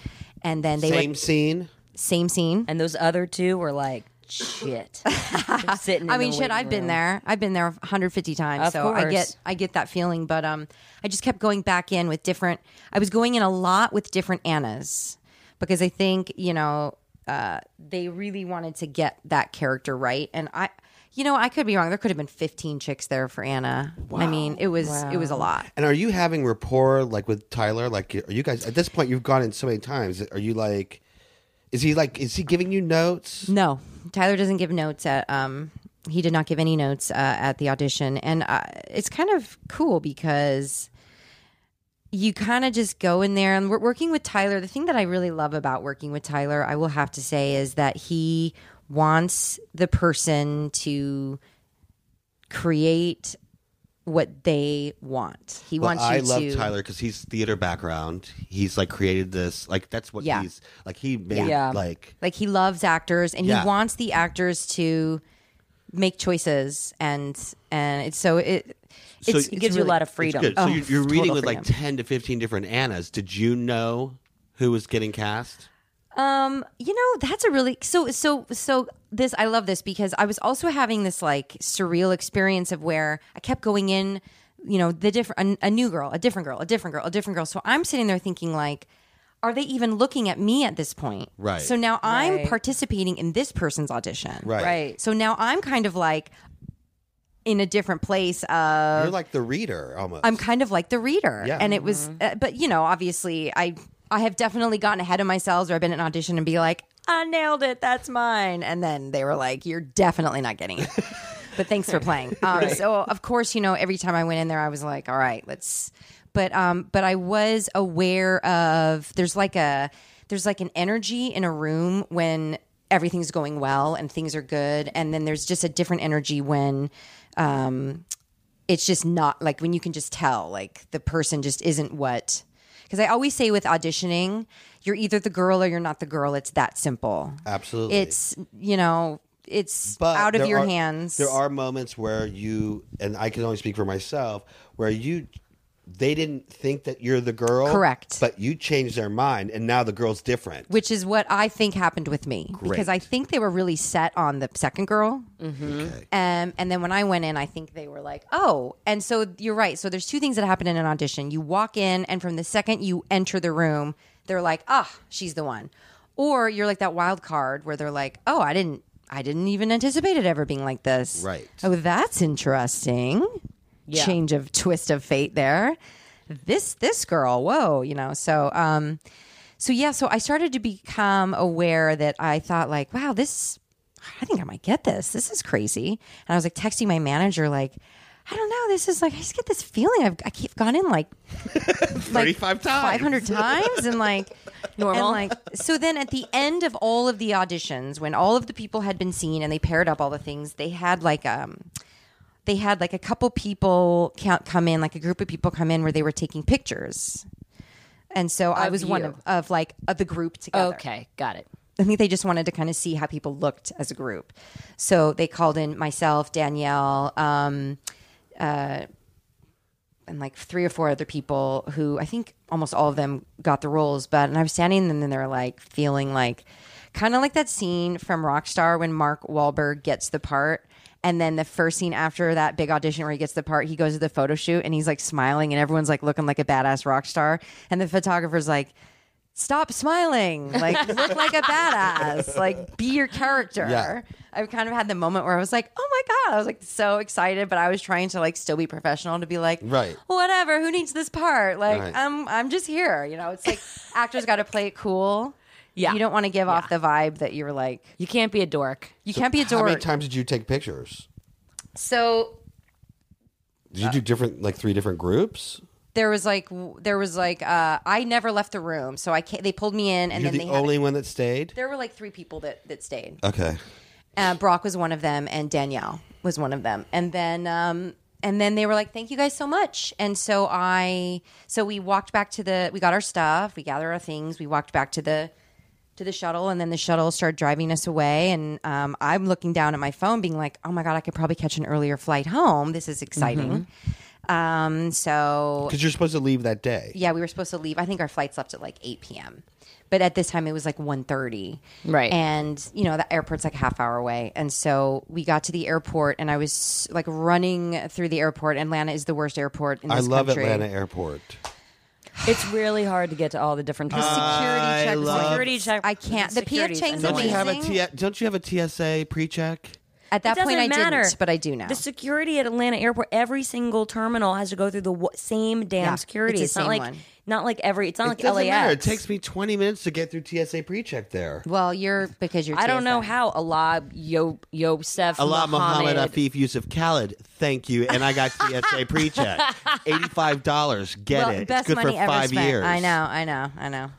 E: And then they
I: Same
E: would,
I: scene.
E: same scene.
C: and those other two were like, shit, They're sitting.
E: I
C: in
E: mean,
C: the
E: shit,
C: waiting
E: I've been
C: room.
E: there. I've been there 150 times,
C: Of
E: so I
C: course.
E: get I get that feeling. But um, I just kept going back in with different. I was going in a lot with different Annas because I think you know uh, they really wanted to get that character right, and I. You know, I could be wrong. There could have been 15 chicks there for Anna. I mean, it was it was a lot.
I: And are you having rapport like with Tyler? Like, are you guys at this point? You've gone in so many times. Are you like, is he like, is he giving you notes?
E: No, Tyler doesn't give notes at. Um, he did not give any notes uh, at the audition, and uh, it's kind of cool because you kind of just go in there and we're working with Tyler. The thing that I really love about working with Tyler, I will have to say, is that he wants the person to create what they want. He
G: Well,
E: wants you
G: I love
E: to
G: Tyler because he's theater background. He's like created this. Like that's what
E: Yeah.
G: he's like. He made
C: Yeah.
G: like
E: Like he loves actors and
G: Yeah.
E: he wants the actors to make choices and and it's so it it's,
G: So
E: it's
C: It gives you a
E: really-
C: lot of
G: it's
C: freedom.
G: good. So
E: Oh,
G: you're, you're
E: total
G: reading with like
E: freedom.
G: ten to fifteen different Annas. Did you know who was getting cast?
E: um you know that's a really so so so this I love this because I was also having this like surreal experience of where I kept going in you know the different a, a new girl a different girl a different girl a different girl so I'm sitting there thinking like are they even looking at me at this point
G: Right.
E: so now I'm participating in this person's audition
C: right?
E: so now I'm kind of like in a different place of
I: You're like the reader almost.
E: Uh, I'm kind of like the reader.
I: Yeah.
E: And it was, uh, but you know, obviously, I I have definitely gotten ahead of myself, or I've been in an audition and be like, I nailed it, that's mine, and then they were like, you're definitely not getting it. but thanks for playing. Um, So of course, you know, every time I went in there, I was like, all right, let's. But um, but I was aware of there's like a there's like an energy in a room when everything's going well and things are good, and then there's just a different energy when um it's just not like when you can just tell like the person just isn't what because i always say with auditioning you're either the girl or you're not the girl it's that simple
I: Absolutely.
E: it's you know it's out of
I: there
E: your
I: are-
E: hands
I: There are moments where you and I can only speak for myself where you they didn't think that you're the girl.
E: Correct.
I: But you changed their mind and now the girl's different.
E: which is what i think happened with me because i think they were really set on the second girl um, and then when i went in i think they were like oh and so you're right so there's two things that happen in an audition you walk in and from the second you enter the room they're like ah she's the one or you're like that wild card where they're like oh i didn't i didn't even anticipate it ever being like this
G: Right.
E: oh that's interesting change of twist of fate there this this girl whoa you know so um so yeah so i started to become aware that i thought like wow this i think i might get this this is crazy and i was like texting my manager like i don't know this is like i just get this feeling i've I keep gone in like 35 times 500 times and like normal and like so then at the end of all of the auditions when all of the people had been seen and they paired up all the things they had like um they had like a couple people count come in, like a group of people come in where they were taking pictures. And so I
H: Of
E: was one
H: you.
E: of, of like of the group together.
H: Okay, got it.
E: I think they just wanted to kind of see how people looked as a group. So they called in myself, Danielle, um, uh, and like three or four other people who I think almost all of them got the roles. But and I was standing and then they were like feeling like kind of like that scene from Rockstar when Mark Wahlberg gets the part. And then the first scene after that big audition where he gets the part, he goes to the photo shoot and he's like smiling and everyone's like looking like a badass rock star. And the photographer's like, stop smiling. Like look like a badass. Like be your character.
J: Yeah.
E: I've kind of had the moment where I was like, oh my God. I was like so excited, but I was trying to like still be professional to be like,
J: Right.
E: whatever, who needs this part? Like
J: Right.
E: I'm I'm just here. You know, it's like actors gotta play it cool.
C: Yeah.
E: You don't want to give off the vibe that you were like
C: You can't be a dork.
E: you can't be a
J: How many
E: dork.
J: times did you take pictures?
E: so
J: Did
E: Uh,
J: you do different, like three different groups?
E: there was like w- there was like uh, I never left the room, so I ca they pulled me in, and
J: You're
E: then
J: the
E: they had
J: only one that stayed.
E: there were like three people that that stayed.
J: Okay.
E: Uh, Brock was one of them, and Danielle was one of them, and then um, and then they were like, "Thank you guys so much." And so I so we walked back to the we got our stuff, we gathered our things, we walked back to the to the shuttle, and then the shuttle started driving us away. And um, I'm looking down at my phone, being like, "Oh my god, I could probably catch an earlier flight home. This is exciting." Um, so
J: Because you're supposed to leave that day.
E: yeah, we were supposed to leave. I think our flights left at like 8 p.m. But at this time it was like 1.30.
C: Right.
E: And, you know, the airport's like a half hour away. And so we got to the airport and I was like running through the airport. Atlanta is the worst airport in
J: I
E: this
J: love
E: country.
J: Atlanta Airport.
C: It's really hard to get to all the different.
E: Security check.
C: security check.
E: I can't. The PF
C: Security's
E: check's
J: Don't you
E: amazing.
J: have a T- Don't you have a TSA pre-check?
E: At that
C: It
E: point I
C: doesn't matter.
E: didn't, but I do now.
C: The security at Atlanta Airport, every single terminal has to go through the w- same damn
E: Yeah,
C: security.
E: it's the
C: It's, not
E: same
C: like
E: one.
C: not like every. It's not like
J: Doesn't
C: LAX.
J: matter. It takes me 20 minutes to get through TSA pre-check there.
E: well, you're because you're
C: I don't know
E: TSA.
C: how Allah Yo Yosef
G: Allah Muhammad
C: Muhammad
G: Afif Yusuf Khalid, thank you. And I got TSA pre check. $85. Get
E: well,
G: it.
E: best
G: it's good
E: money
G: for
E: ever
G: five
E: spent.
G: years.
E: I know, I know, I know.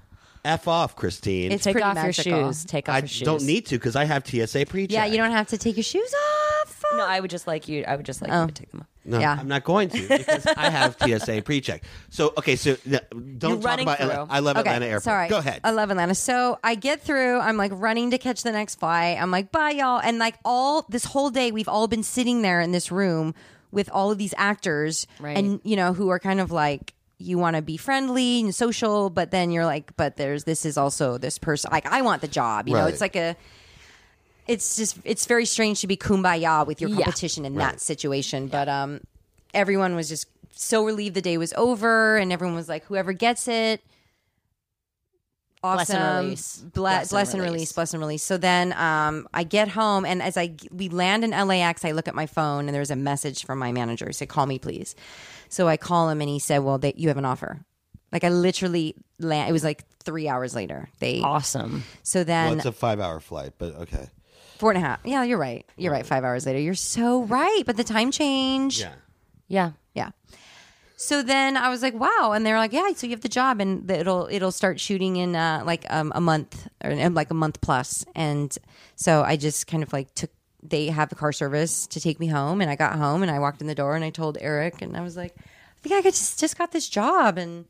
G: F off, Christine.
E: It's
C: Take
E: pretty
C: off
E: magical.
C: your shoes. Take off
G: I
C: your shoes.
G: don't need to because I have TSA pre check.
E: Yeah, you don't have to take your shoes off.
C: No, I would just like you. I would just like
E: Oh.
C: you to take them off.
G: No,
E: Yeah.
G: I'm not going to because I have TSA pre-check. So okay, so yeah, don't talk
C: running
G: about. Atla-
C: through.
G: I love
E: Okay,
G: Atlanta Airport.
E: Sorry.
G: Go ahead.
E: I love Atlanta. So I get through. I'm like running to catch the next flight. I'm like, bye, y'all. And like all this whole day, we've all been sitting there in this room with all of these actors,
C: Right.
E: and you know who are kind of like you want to be friendly and social, but then you're like, but there's this is also this person. Like I want the job. You know,
J: Right.
E: it's like a. It's just it's very strange to be kumbaya with your
C: Yeah.
E: competition in that situation, but um, everyone was just so relieved the day was over, and everyone was like, whoever gets it
C: Bless
E: awesome.
C: and release.
E: Ble- bless, and release. Bless and release. So then um, I get home, and as I g- we land in LAX, I look at my phone, and there's a message from my manager. He said, "Call me, please." So I call him, and he said, "Well, they, you have an offer." Like I literally land. It was like three hours later. They
C: Awesome.
E: so then
J: Well, it's a five-hour flight, but okay.
E: four and a half. Yeah, you're right. You're right. Five hours later. You're so right. But the time change.
J: Yeah.
C: Yeah.
E: Yeah. So then I was like, wow, and they're like, yeah, so you have the job, and the- it'll it'll start shooting in uh, like um, a month or in, like a month plus, and so I just kind of like took. They have a car service to take me home, and I got home, and I walked in the door, and I told Eric, and I was like, I think I got just just got this job, and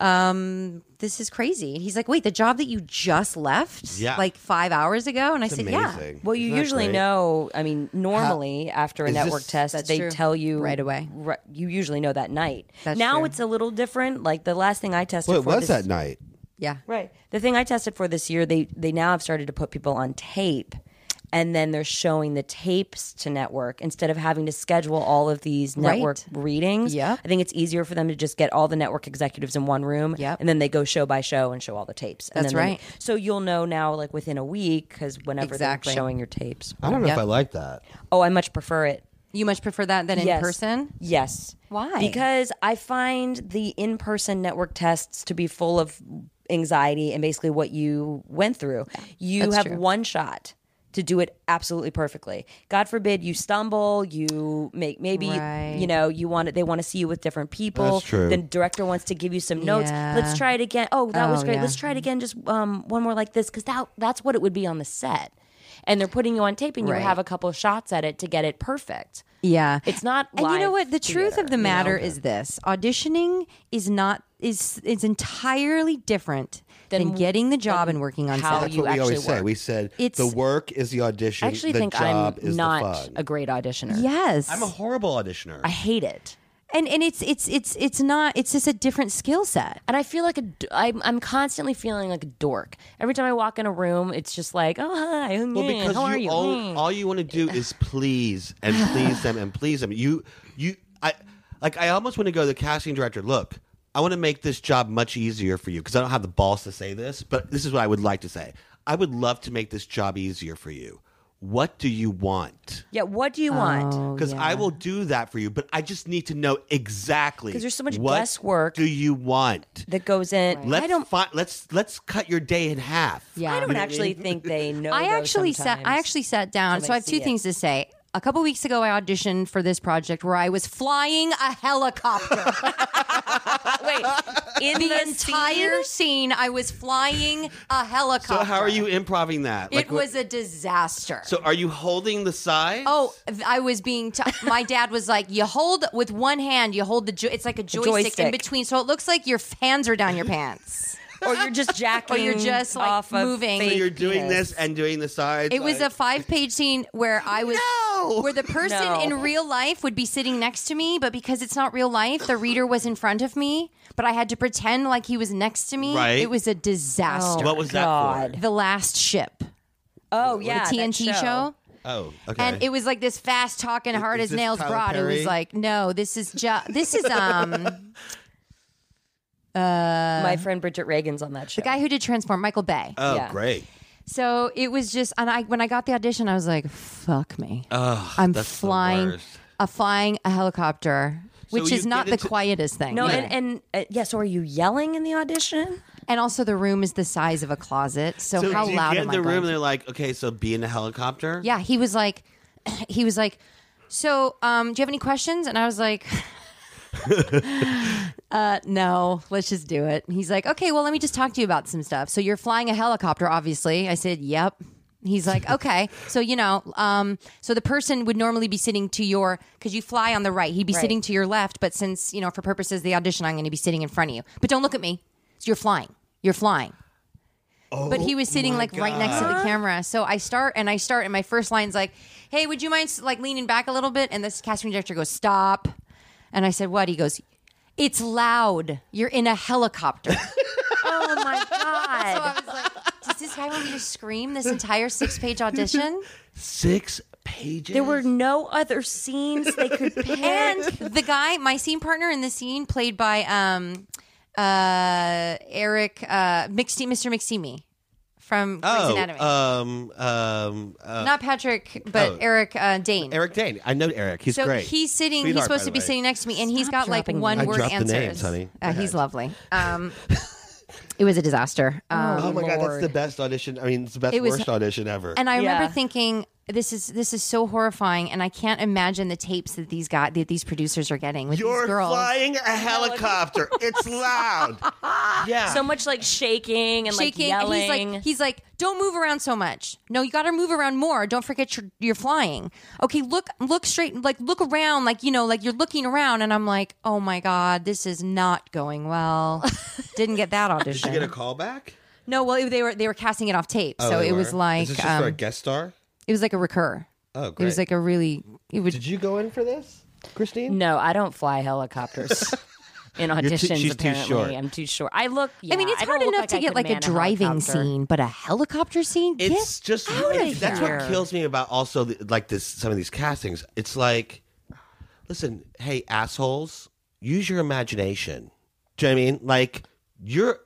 E: um, this is crazy. And he's like, wait, the job that you just left,
J: Yeah.
E: like five hours ago, and I said, yeah,
J: Amazing.
C: Well, you
J: Isn't that
C: usually
J: great?
C: know. I mean, normally after a
J: Is
C: network
J: this-
C: test,
E: That's
C: they
E: true.
C: tell you
E: Right away.
C: ri- you usually know that night.
E: That's
C: now
E: true.
C: it's a little different. Like the last thing I tested
J: Well, it
C: for
J: was
C: this,
J: that night.
E: yeah,
C: Right. The thing I tested for this year, they they now have started to put people on tape, and then they're showing the tapes to network instead of having to schedule all of these network readings.
E: Yep.
C: I think it's easier for them to just get all the network executives in one room.
E: Yep.
C: And then they go show by show and show all the tapes. And
E: That's
C: then they-
E: right.
C: so you'll know now, like within a week, because whenever
E: Exactly.
C: they're showing your tapes.
J: I don't know if I like that.
C: Oh, I much prefer it
E: you much prefer that than
C: Yes.
E: in person.
C: Yes.
E: Why?
C: Because I find the in person network tests to be full of anxiety and basically what you went through. you
E: that's
C: have
E: true.
C: one shot to do it absolutely perfectly. God forbid you stumble, you make maybe
E: Right.
C: you know, you want it they want to see you with different people.
J: That's true.
C: The director wants to give you some notes.
E: Yeah.
C: Let's try it again. Oh, that was
E: Oh,
C: great.
E: yeah.
C: Let's try it again just um, one more like this cuz that that's what it would be on the set. And they're putting you on tape and you
E: Right.
C: have a couple of shots at it to get it perfect.
E: Yeah.
C: It's not
E: And you know what?
C: live
E: The truth
C: theater,
E: of the
C: you know?
E: matter is this. Auditioning is not is is entirely different than,
C: Than-
E: getting the job and working on
C: how
E: set.
J: That's
C: you
J: what we always
C: actually
J: say.
C: work.
J: We said
E: It's-
J: the work is the audition.
C: I actually
J: the
C: think
J: job
C: I'm
J: is the
C: not
J: fun.
C: a great auditioner.
E: yes.
G: I'm a horrible auditioner.
C: I hate it.
E: and and it's it's it's it's not it's just a different skill set.
C: And I feel like a, d- I'm, I'm constantly feeling like a dork. Every time I walk in a room, it's just like, oh, hi, oh,
G: well,
C: yeah,
G: because
C: how
G: you,
C: are you?
G: all,
H: Hmm.
C: Mm.
G: all you want to do is please and please them and please them. You you I like I almost want to go to the casting director. Look, I want to make this job much easier for you because I don't have the balls to say this, but this is what I would like to say. I would love to make this job easier for you. What do you want?
H: Yeah, what do you
E: Oh.
H: want?
G: Because I will do that for you, but I just need to know exactly.
H: 'Cause there's so much
G: what
H: guesswork.
G: Do you want?
H: That goes in.
G: Let's
H: I don't.
G: fi- let's let's cut your day in half.
E: Yeah.
H: I
G: You
H: don't
G: know what
H: actually
G: mean?
H: think they know.
E: I
H: though
E: actually sat. I
H: sometimes.
E: actually sat down.
H: Until
E: So
H: they
E: I have two
H: see it.
E: things to say. A couple weeks ago, I auditioned for this project where I was flying a helicopter.
H: wait in
E: the
H: the
E: entire scene, I was flying a helicopter.
G: So how are you improving that?
E: It
G: Like, what-
E: was a disaster.
G: So are you holding the side?
E: Oh, I was being. T- my dad was like, "You hold with one hand. You hold the. Jo- it's like a joystick, in
H: joystick.
E: between, so it looks like your hands are down your pants."
H: or you're just jacking,
E: Or you're just, like,
H: off of
E: moving.
H: fake
E: So
G: you're doing
H: penis.
G: this and doing the sides.
E: It was a
G: like-
E: five-page scene where I was, where the person
H: No.
E: in real life would be sitting next to me, but because it's not real life, the reader was in front of me, but I had to pretend like he was next to me.
G: Right. Oh.
E: It was a disaster.
G: What was that for?
E: the last ship?
H: Oh yeah,
E: the
H: that
E: TNT show.
G: Oh, okay.
E: And it was like this fast talking, hard
G: is
E: as
G: this
E: nails
G: Tyler
E: broad. It
G: Perry?
E: was like, no, this is just this is um
H: My friend Bridget Reagan's on that show.
E: Uh. the guy who did Transform, Michael Bay.
G: oh,
H: yeah.
G: great.
E: So it was just, and I when I got the audition, I was like, fuck me, I'm
G: Uh, that's the
E: flying,
G: worst.
E: a flying a helicopter, which
G: you
E: is not the
G: get into-
E: quietest thing.
H: no,
E: Yeah.
H: and and uh, yeah. So are you yelling in the audition?
E: And also the room is the size of a closet. So,
G: So
E: how
G: do you
E: loud
G: get
E: am
G: in
E: I
G: the room
E: going
G: and
E: to-
G: they're like, okay, so be in a helicopter?
E: Yeah, he was like, he was like, so um, do you have any questions? And I was like, uh, no, let's just do it. And he's like, okay, well, let me just talk to you about some stuff. So you're flying a helicopter, obviously. I said, yep. He's like, okay, so you know, um, so the person would normally be sitting to your because you fly on the right. He'd be sitting to your left, but since you know, for purposes of the audition, I'm going to be sitting in front of you. But don't look at me. So you're flying. You're flying but he was
G: Oh
E: sitting like right next to the camera. So I start and I start, and my first line's like, "Hey, would you mind like leaning back a little bit?" And this casting director goes, "Stop," and I said, "What?" He goes, "It's loud. You're in a helicopter."
H: Oh my god!
E: I was like, "Does this guy want me to scream this entire six-page audition?"
G: Six pages.
H: there were no other scenes they could
E: And
H: pan.
E: the guy, my scene partner in the scene, played by um, uh, Eric uh, McSte- Mr. McSteamy from Grey's
G: oh,
E: Anatomy.
G: um, um, uh,
E: Not Patrick, but
G: oh.
E: Eric uh, Dane.
G: Eric Dane. I know Eric. He's
E: So
G: great.
E: he's sitting. he's
G: Sweetheart, by
E: supposed to
G: the
E: be
G: way.
E: sitting next to me, and he's
H: Stop
E: got like
H: dropping
E: one
H: names. I
E: word
G: dropped the
E: answers.
G: names, honey.
E: Uh, he's lovely. Um, it was a disaster. Um,
G: oh my god, that's the best audition. I mean, it's the best
E: It was-
G: worst audition ever.
E: and I
H: Yeah.
E: remember thinking, this is this is so horrifying, and I can't imagine the tapes that these got that these producers are getting with
G: You're
E: these girls.
G: flying a helicopter. it's loud. Yeah.
H: So much like shaking and
E: Shaking,
H: like yelling.
E: and he's like, he's like, don't move around so much. No, you got to move around more. Don't forget you're you're flying. Okay, look, look straight, like look around, like you know, like you're looking around, and I'm like, oh my god, this is not going well. Didn't get that audition.
G: Did you get a call back?
E: No, well, they were they were casting it off tape, so it was like
G: Is Oh, this just for a
E: um,
G: guest star?
E: it was like a recur.
G: Oh,
E: It was
G: great.
E: like a really it was
G: Did you go in for this, Christine?
H: no, I don't fly helicopters. In auditions,
G: she's too
H: apparently,
G: short.
H: I'm too short. I look.
E: I mean,
H: yeah,
E: it's
H: don't
E: hard
H: look
E: enough to
H: I
E: get
H: could
E: like a
H: man
E: driving
H: helicopter.
E: scene, but a helicopter scene?
G: It's
E: Get
G: just
E: out
G: it's-
E: of
G: that's what
E: here.
G: kills me about also the, like this some of these castings. It's like, listen, hey assholes, use your imagination. Do you know what I mean? Like you're,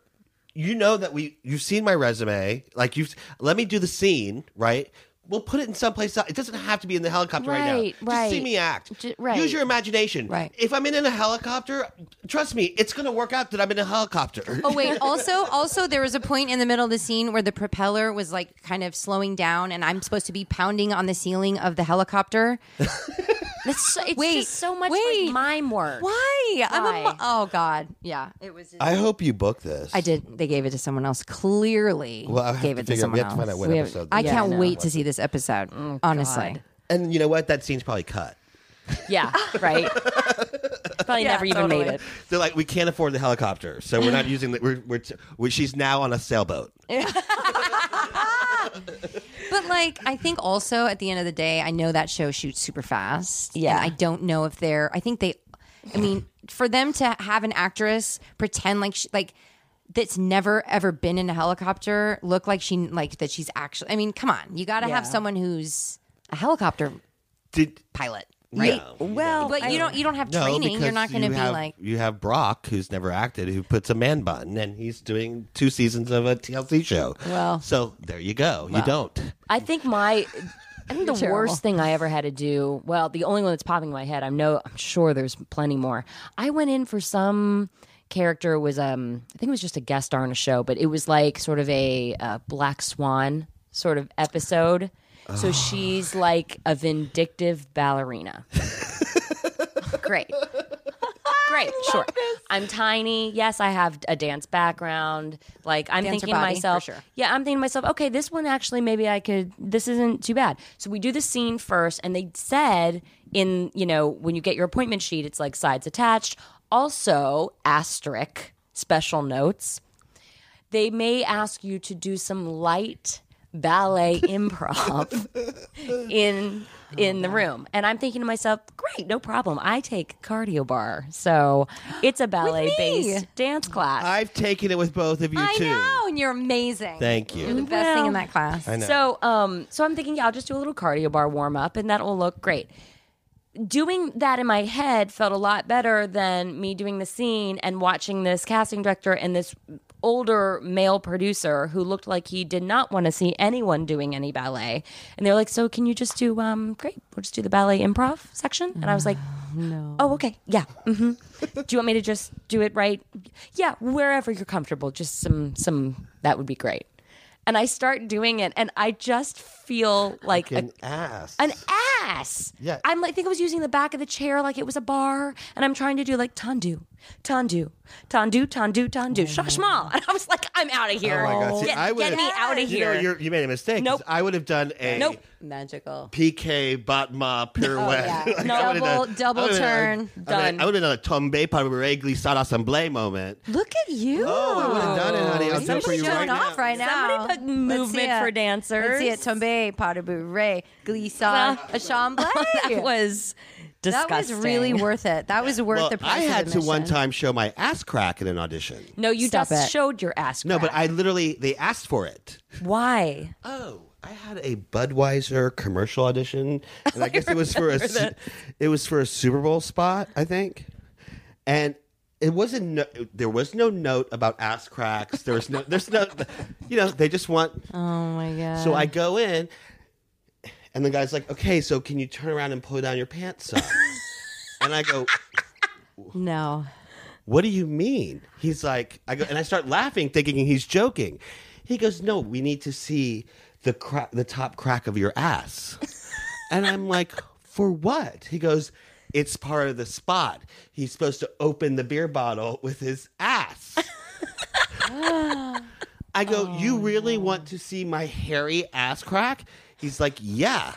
G: you know that we you've seen my resume. Like you've let me do the scene right. We'll put it in someplace else. It doesn't have to be in the helicopter right, now.
E: Right,
G: Just see
E: right.
G: me act.
E: Ju- right.
G: Use your imagination.
E: Right.
G: If I'm in, in a helicopter, trust me, it's going to work out that I'm in a helicopter.
E: Oh wait, also also there was a point in the middle of the scene where the propeller was like kind of slowing down and I'm supposed to be pounding on the ceiling of the helicopter.
H: It's, so, it's
E: Wait,
H: just so much
E: wait.
H: like mime work.
E: Why? I'm a
H: Why?
E: mo- oh god. Yeah. It was
G: I hope you book this.
E: I did they gave it to someone else clearly.
G: Well, I have
E: gave
G: to
E: it to
G: figure out-
E: someone
G: we have to find
E: else.
G: out what
E: We have-
G: episode
E: I
G: this
E: can't
H: is.
E: wait to see this episode.
H: Oh,
E: honestly.
G: And you know what? That scene's probably cut.
H: Yeah, right. Probably never even made it.
G: They're like, we can't afford the helicopter, so we're not using the. We're, we're, t- we she's now on a sailboat.
E: But like, I think also at the end of the day, I know that show shoots super fast.
H: Yeah.
E: and I don't know if they're. I think they. I mean, for them to have an actress pretend like she, like that's never ever been in a helicopter look like she like that she's actually. I mean, come on, you got to have someone who's a helicopter
G: Did
E: pilot. right?
G: No,
E: well, but you don't you don't have
G: No,
E: training. You're
G: because
E: not going to
G: you
E: be
G: have-
E: like
G: you have Brock, who's never acted, who puts a man bun, and he's doing two seasons of a TLC show.
C: Well.
G: so there you go. You don't.
C: I think my I think the
E: You're terrible.
C: worst thing I ever had to do, well, the only one that's popping in my head, I'm no I'm sure there's plenty more. I went in for some character was um I think it was just a guest star on a show, but it was like sort of a uh, black swan sort of episode. So she's like a vindictive ballerina.
E: great.
C: Great, sure. I'm tiny. Yes, I have a dance background. Like I'm
E: Dancer
C: thinking to
E: body, for
C: myself,
E: sure.
C: yeah, I'm thinking to myself, okay, this one actually maybe I could. This isn't too bad. So we do the scene first, and they said in you know when you get your appointment sheet, it's like sides attached. Also asterisk special notes. They may ask you to do some light ballet improv in in the room and i'm thinking to myself great no problem i take cardio bar so it's a ballet based dance class
G: I've taken it with both of you
E: I
G: too.
E: know, and you're amazing.
G: Thank you.
E: You're the best thing
C: Well-
E: in that class.
G: know.
C: So, um, so I'm thinking, yeah, I'll just do a little cardio bar warm up, and that'll look great. Doing that in my head felt a lot better than me doing the scene and watching this casting director and this older male producer who looked like he did not want to see anyone doing any ballet. And they were like, "So, can you just do um, great? We'll just do the ballet improv section." And I was like, "No, oh, okay, yeah." hmm do you want me to just do it right? Yeah, wherever you're comfortable, just some some that would be great. And I start doing it, and I just feel like a,
G: An ass.
C: an ass.
G: Yeah.
C: I'm like, I think I was using the back of the chair like it was a bar, and I'm trying to do like tandu, tandu, tandu, tandu, tandu, shashmal. And I was like, I'm out of
G: oh
C: here.
G: my god! See,
C: get,
G: I would
C: get me out of
G: You know,
C: here.
G: you're, you made a mistake. 'cause
C: Nope.
G: I would have done a
C: Nope.
E: Magical.
G: PK Batma pirouette.
E: Oh, yeah.
G: Like, I would've
E: Double-
G: done-
E: double
G: I would've done
E: turn.
G: A, I
C: Done.
G: would've- I would have done a tombe par regli sada semble moment.
E: Look at you.
G: Oh, I would have done it, honey. I'll do it for
E: Somebody's
G: you right
E: showing
G: now.
E: off right now.
C: Somebody put movement for dancers.
E: Let's see it. Tombe, Padabu, Ray, Glissa, Ashamble.
C: That was
E: That
C: disgusting.
E: was really worth it. That was worth
G: Well,
E: the price
G: I had
E: of
G: to one
E: admission.
G: time show my ass crack in an audition.
C: No, you
E: Stop
C: just
E: it.
C: showed your ass.
G: No, but
C: crack.
G: I literally they asked for it.
C: why?
G: Oh, I had a Budweiser commercial audition, and I guess it was for a su- it was for a Super Bowl spot, I think, and. It wasn't. No, there was no note about ass cracks. There was no. There's no. You know, they just want.
E: Oh my god.
G: So I go in, and the guy's like, "Okay, so can you turn around and pull down your pants some?" and I go,
E: no.
G: what do you mean? He's like, I go, and I start laughing, thinking he's joking. He goes, no, we need to see the cra- the top crack of your ass. and I'm like, for what? He goes, it's part of the spot. He's supposed to open the beer bottle with his ass. I go, you really want to see my hairy ass crack? He's like, yeah.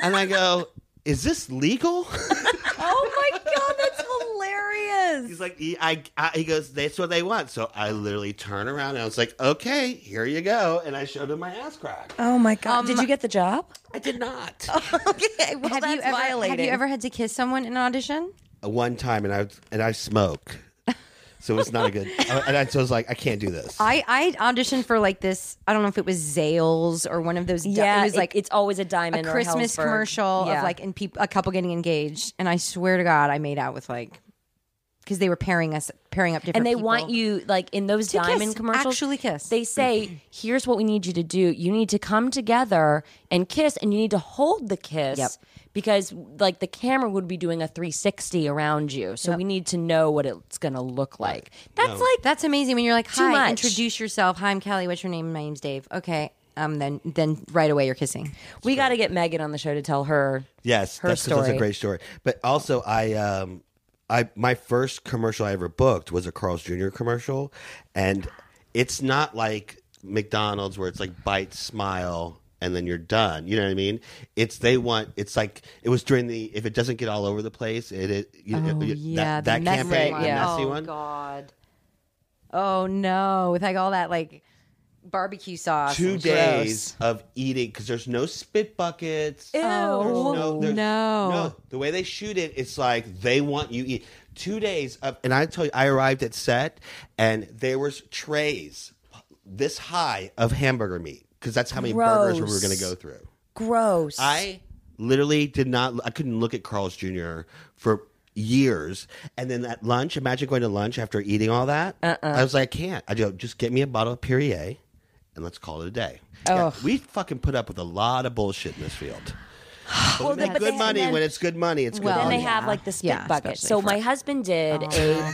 G: and I go, is this legal?
E: Oh my god, that's hilarious.
G: He's like, he, I, I, he goes, that's what they want. So I literally turn around and I was like, okay, here you go. And I showed him my ass crack.
C: Oh my god! Did you get the job?
G: I did not.
E: Okay, well, have you
C: that's
E: ever have
C: violating.
E: you ever had to kiss someone in an audition?
G: Uh, One time, and I and I smoke, so it's not a good. uh, And I, so I was like, I can't do this.
E: I I auditioned for like this. I don't know if it was Zales or one of those. di- it was like
C: it's always a
E: a
C: diamond. or
E: Christmas
C: Helzberg.
E: commercial
C: Yeah.
E: of like and peop- a couple getting engaged, and I swear to God, I made out with like because they were pairing us pairing up different.
C: and they
E: people.
C: want you like in those
E: To kiss,
C: diamond commercials
E: actually kiss.
C: they say here's what we need you to do you need to come together and kiss and you need to hold the kiss
E: Yep.
C: because like the camera would be doing a 360 around you so we need to know what it's going to look like that's like
E: That's amazing when you're like,
C: Too
E: "Hi,
C: much.
E: introduce yourself. Hi, I'm Callie. What's your name? My name's Dave." Okay. Um. Then then right away you're kissing.
C: we got to get megan on the show to tell her
G: yes,
C: her
G: that's, 'cause that's
C: story
G: a great story. But also, I, um, I, my first commercial I ever booked was a Carl's Jr. commercial, and it's not like McDonald's where it's like bite, smile. And then you're done. You know what I mean? It's they want. It's like it was during the. If it doesn't get all over the place, it. it you, oh,
E: yeah,
G: that,
E: the
G: that
E: messy
G: campaign,
E: one.
G: the
C: Yeah.
G: messy
E: Oh,
G: one.
E: God. Oh no! With like all that like barbecue sauce.
G: Two
E: and
G: days of eating because there's no spit buckets. There's no, there's-
E: no.
G: no. The way they shoot it, it's like they want you eat two days of. And I tell you, I arrived at set, and there was trays this high of hamburger meat because that's how many burgers we were
C: Gross.
G: going to go through.
C: gross
G: I literally did not. I couldn't look at Carl's Jr. for years. And then at lunch, imagine going to lunch after eating all that.
C: Uh-uh.
G: I was like, I can't. I go, just get me a bottle of Perrier, and let's call it a day. Yeah, we fucking put up with a lot of bullshit in this field. But we make
C: but
G: good
C: they-
G: money
C: and then-
G: when it's good money. It's
E: Well,
G: good
C: then
G: money.
C: they have like the spit
E: Yeah,
C: bucket.
E: especially
C: So
E: for- Oh.
C: my husband did a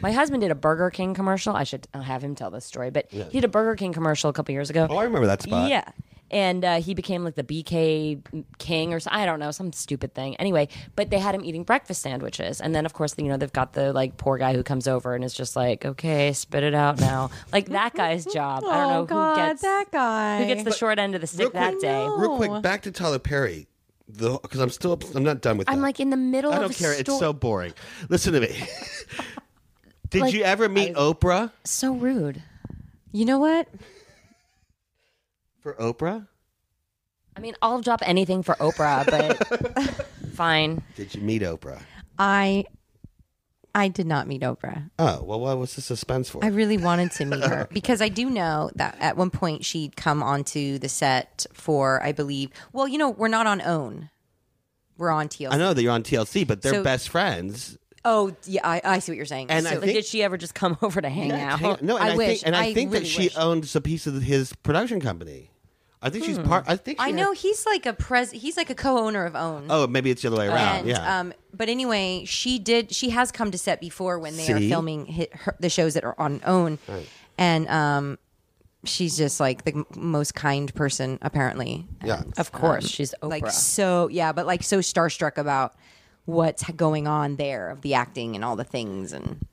C: my husband did a Burger King commercial. I should I'll have him tell this story, but he did a Burger King commercial a couple years ago.
G: oh, I remember that spot.
C: Yeah. And uh, he became like the BK king or so, I don't know, some stupid thing. Anyway, but they had him eating breakfast sandwiches. And then, of course, you know, they've got the like poor guy who comes over and is just like, okay, spit it out now. like that guy's job. I don't know
E: Oh, God,
C: who gets
E: that guy.
C: Who gets the short end of the stick
G: quick,
C: that day.
G: Oh, Real quick, back to Tyler Perry. Because I'm still, I'm not done with
C: I'm
G: that.
C: like in the middle
G: I
C: of
G: don't
C: a
G: care. It's
C: sto-
G: so boring. Listen to me. Did
C: Like,
G: you ever meet Oprah?
C: so rude.
E: You know what?
G: For Oprah?
C: I mean, I'll drop anything for Oprah, but fine.
G: Did you meet Oprah?
E: I I did not meet Oprah.
G: Oh, well, what was the suspense for?
E: I really wanted to meet her because I do know that at one point she'd come onto the set for, I believe. Well, you know, we're not on OWN. We're on TLC.
G: I know that you're on TLC, but they're
E: So-
G: best friends.
E: Oh, yeah, I, I see what you're saying.
G: And
E: So-
G: I
C: Like,
G: think
C: did she ever just come over to hang
G: Yeah,
C: out?
G: hang on. no, and
E: I
G: I,
E: wish.
G: think, and I,
E: I
G: think
E: really
G: that she
E: wish.
G: owns a piece of his production company. I think she's part. I think she
E: Hmm. I
G: had-
E: know he's like a pres. He's like a co-owner of OWN.
G: oh, maybe it's the other way around.
E: and
G: yeah.
E: um, but anyway, she did. She has come to set before when they are
G: See?
E: filming hit, her, the shows that are on OWN, and um, she's just like the m- most kind person apparently. um,
G: yeah.
C: Of course, she's Oprah.
E: like so yeah but like so starstruck about what's going on there of the acting and all the things and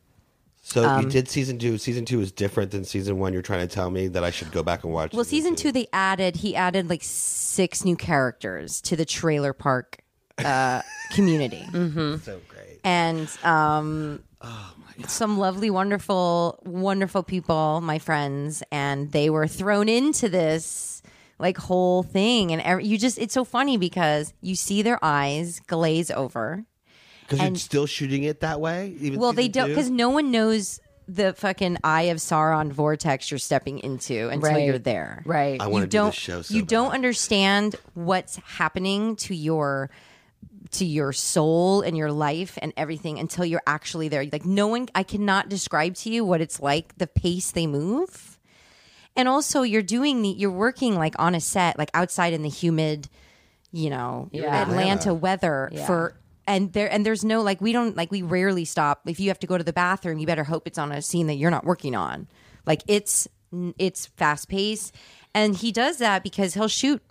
G: So
E: um,
G: you did season two. Season two is different than season one. You're trying to tell me that I should go back and watch.
E: well season two they added he added like six new characters to the trailer park uh community
G: So great.
E: and um some lovely wonderful wonderful people my friends and they were thrown into this like whole thing and every, you just it's so funny because you see their eyes glaze over
G: Because you're
E: and-
G: still shooting it that way. Even
E: Well, they
G: season
E: don't
G: two?
E: because no one knows the fucking eye of Sauron vortex you're stepping into until
C: Right.
E: you're there.
C: right.
G: I
E: You
G: want to do
E: don't.
G: this show. So
E: you
G: bad.
E: don't understand what's happening to your to your soul and your life and everything until you're actually there. Like no one, I cannot describe to you what it's like. The pace they move, and also you're doing the you're working like on a set, like outside in the humid, you know,
C: Yeah.
E: Atlanta weather for and there and there's no like we don't like we rarely stop. If you have to go to the bathroom, you better hope it's on a scene that you're not working on. Like it's it's fast paced and he does that because he'll shoot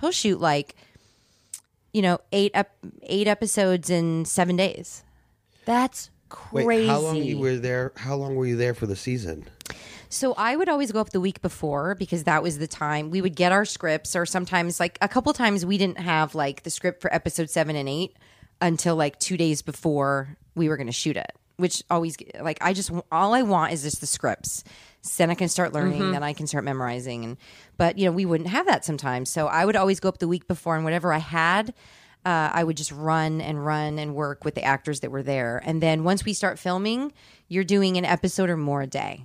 E: he'll shoot like you know, 8 up eight episodes in 7 days.
C: That's
G: Wait,
C: crazy.
G: how long you were there? How long were you there for the season?
E: So I would always go up the week before because that was the time we would get our scripts, or sometimes, like a couple times, we didn't have like the script for episode seven and eight until like two days before we were going to shoot it, which always, like, I just, all I want is just the scripts. So Then I can start learning, then I can start memorizing. And, but, you know, we wouldn't have that sometimes. So I would always go up the week before and whatever I had. Uh, I would just run and run and work with the actors that were there. And then once we start filming, you're doing an episode or more a day.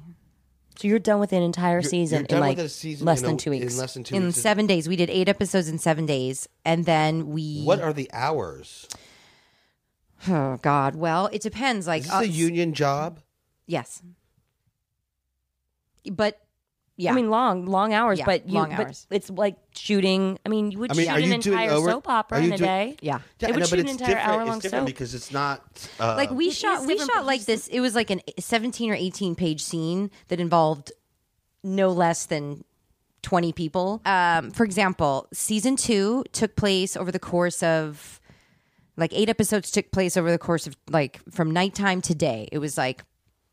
C: So you're done with an entire season
G: you're done
C: in
G: with
C: like
G: a season
C: less
G: in a-
C: than two weeks.
G: In less than two
E: in
G: weeks.
E: seven days. We did eight episodes in seven days, and then we.
G: What are the hours?
E: Oh God! Well, it depends. Like,
G: Is this
E: uh,
G: a union job?
E: yes, but yeah,
C: I mean, long, long hours,
E: Yeah,
C: but you,
E: long
C: but
E: hours.
C: it's like shooting. I mean, you would
G: I mean,
C: shoot
G: are
C: an
G: you doing
C: entire
G: over-
C: soap opera
G: are you
C: in a
G: doing-
C: day.
E: yeah.
C: They would
G: I know,
C: shoot
G: but
C: an
G: it's
C: entire
G: different.
C: hour-long
G: it's different
C: soap.
G: because it's not uh,
E: like we
C: It
E: shot,
C: is
E: we
C: different,
E: shot
C: but
E: like
C: he's-
E: this. It was like an seventeen or eighteen page scene that involved no less than 20 people. Um, for example, season two took place over the course of like eight episodes took place over the course of like from nighttime to day. It was like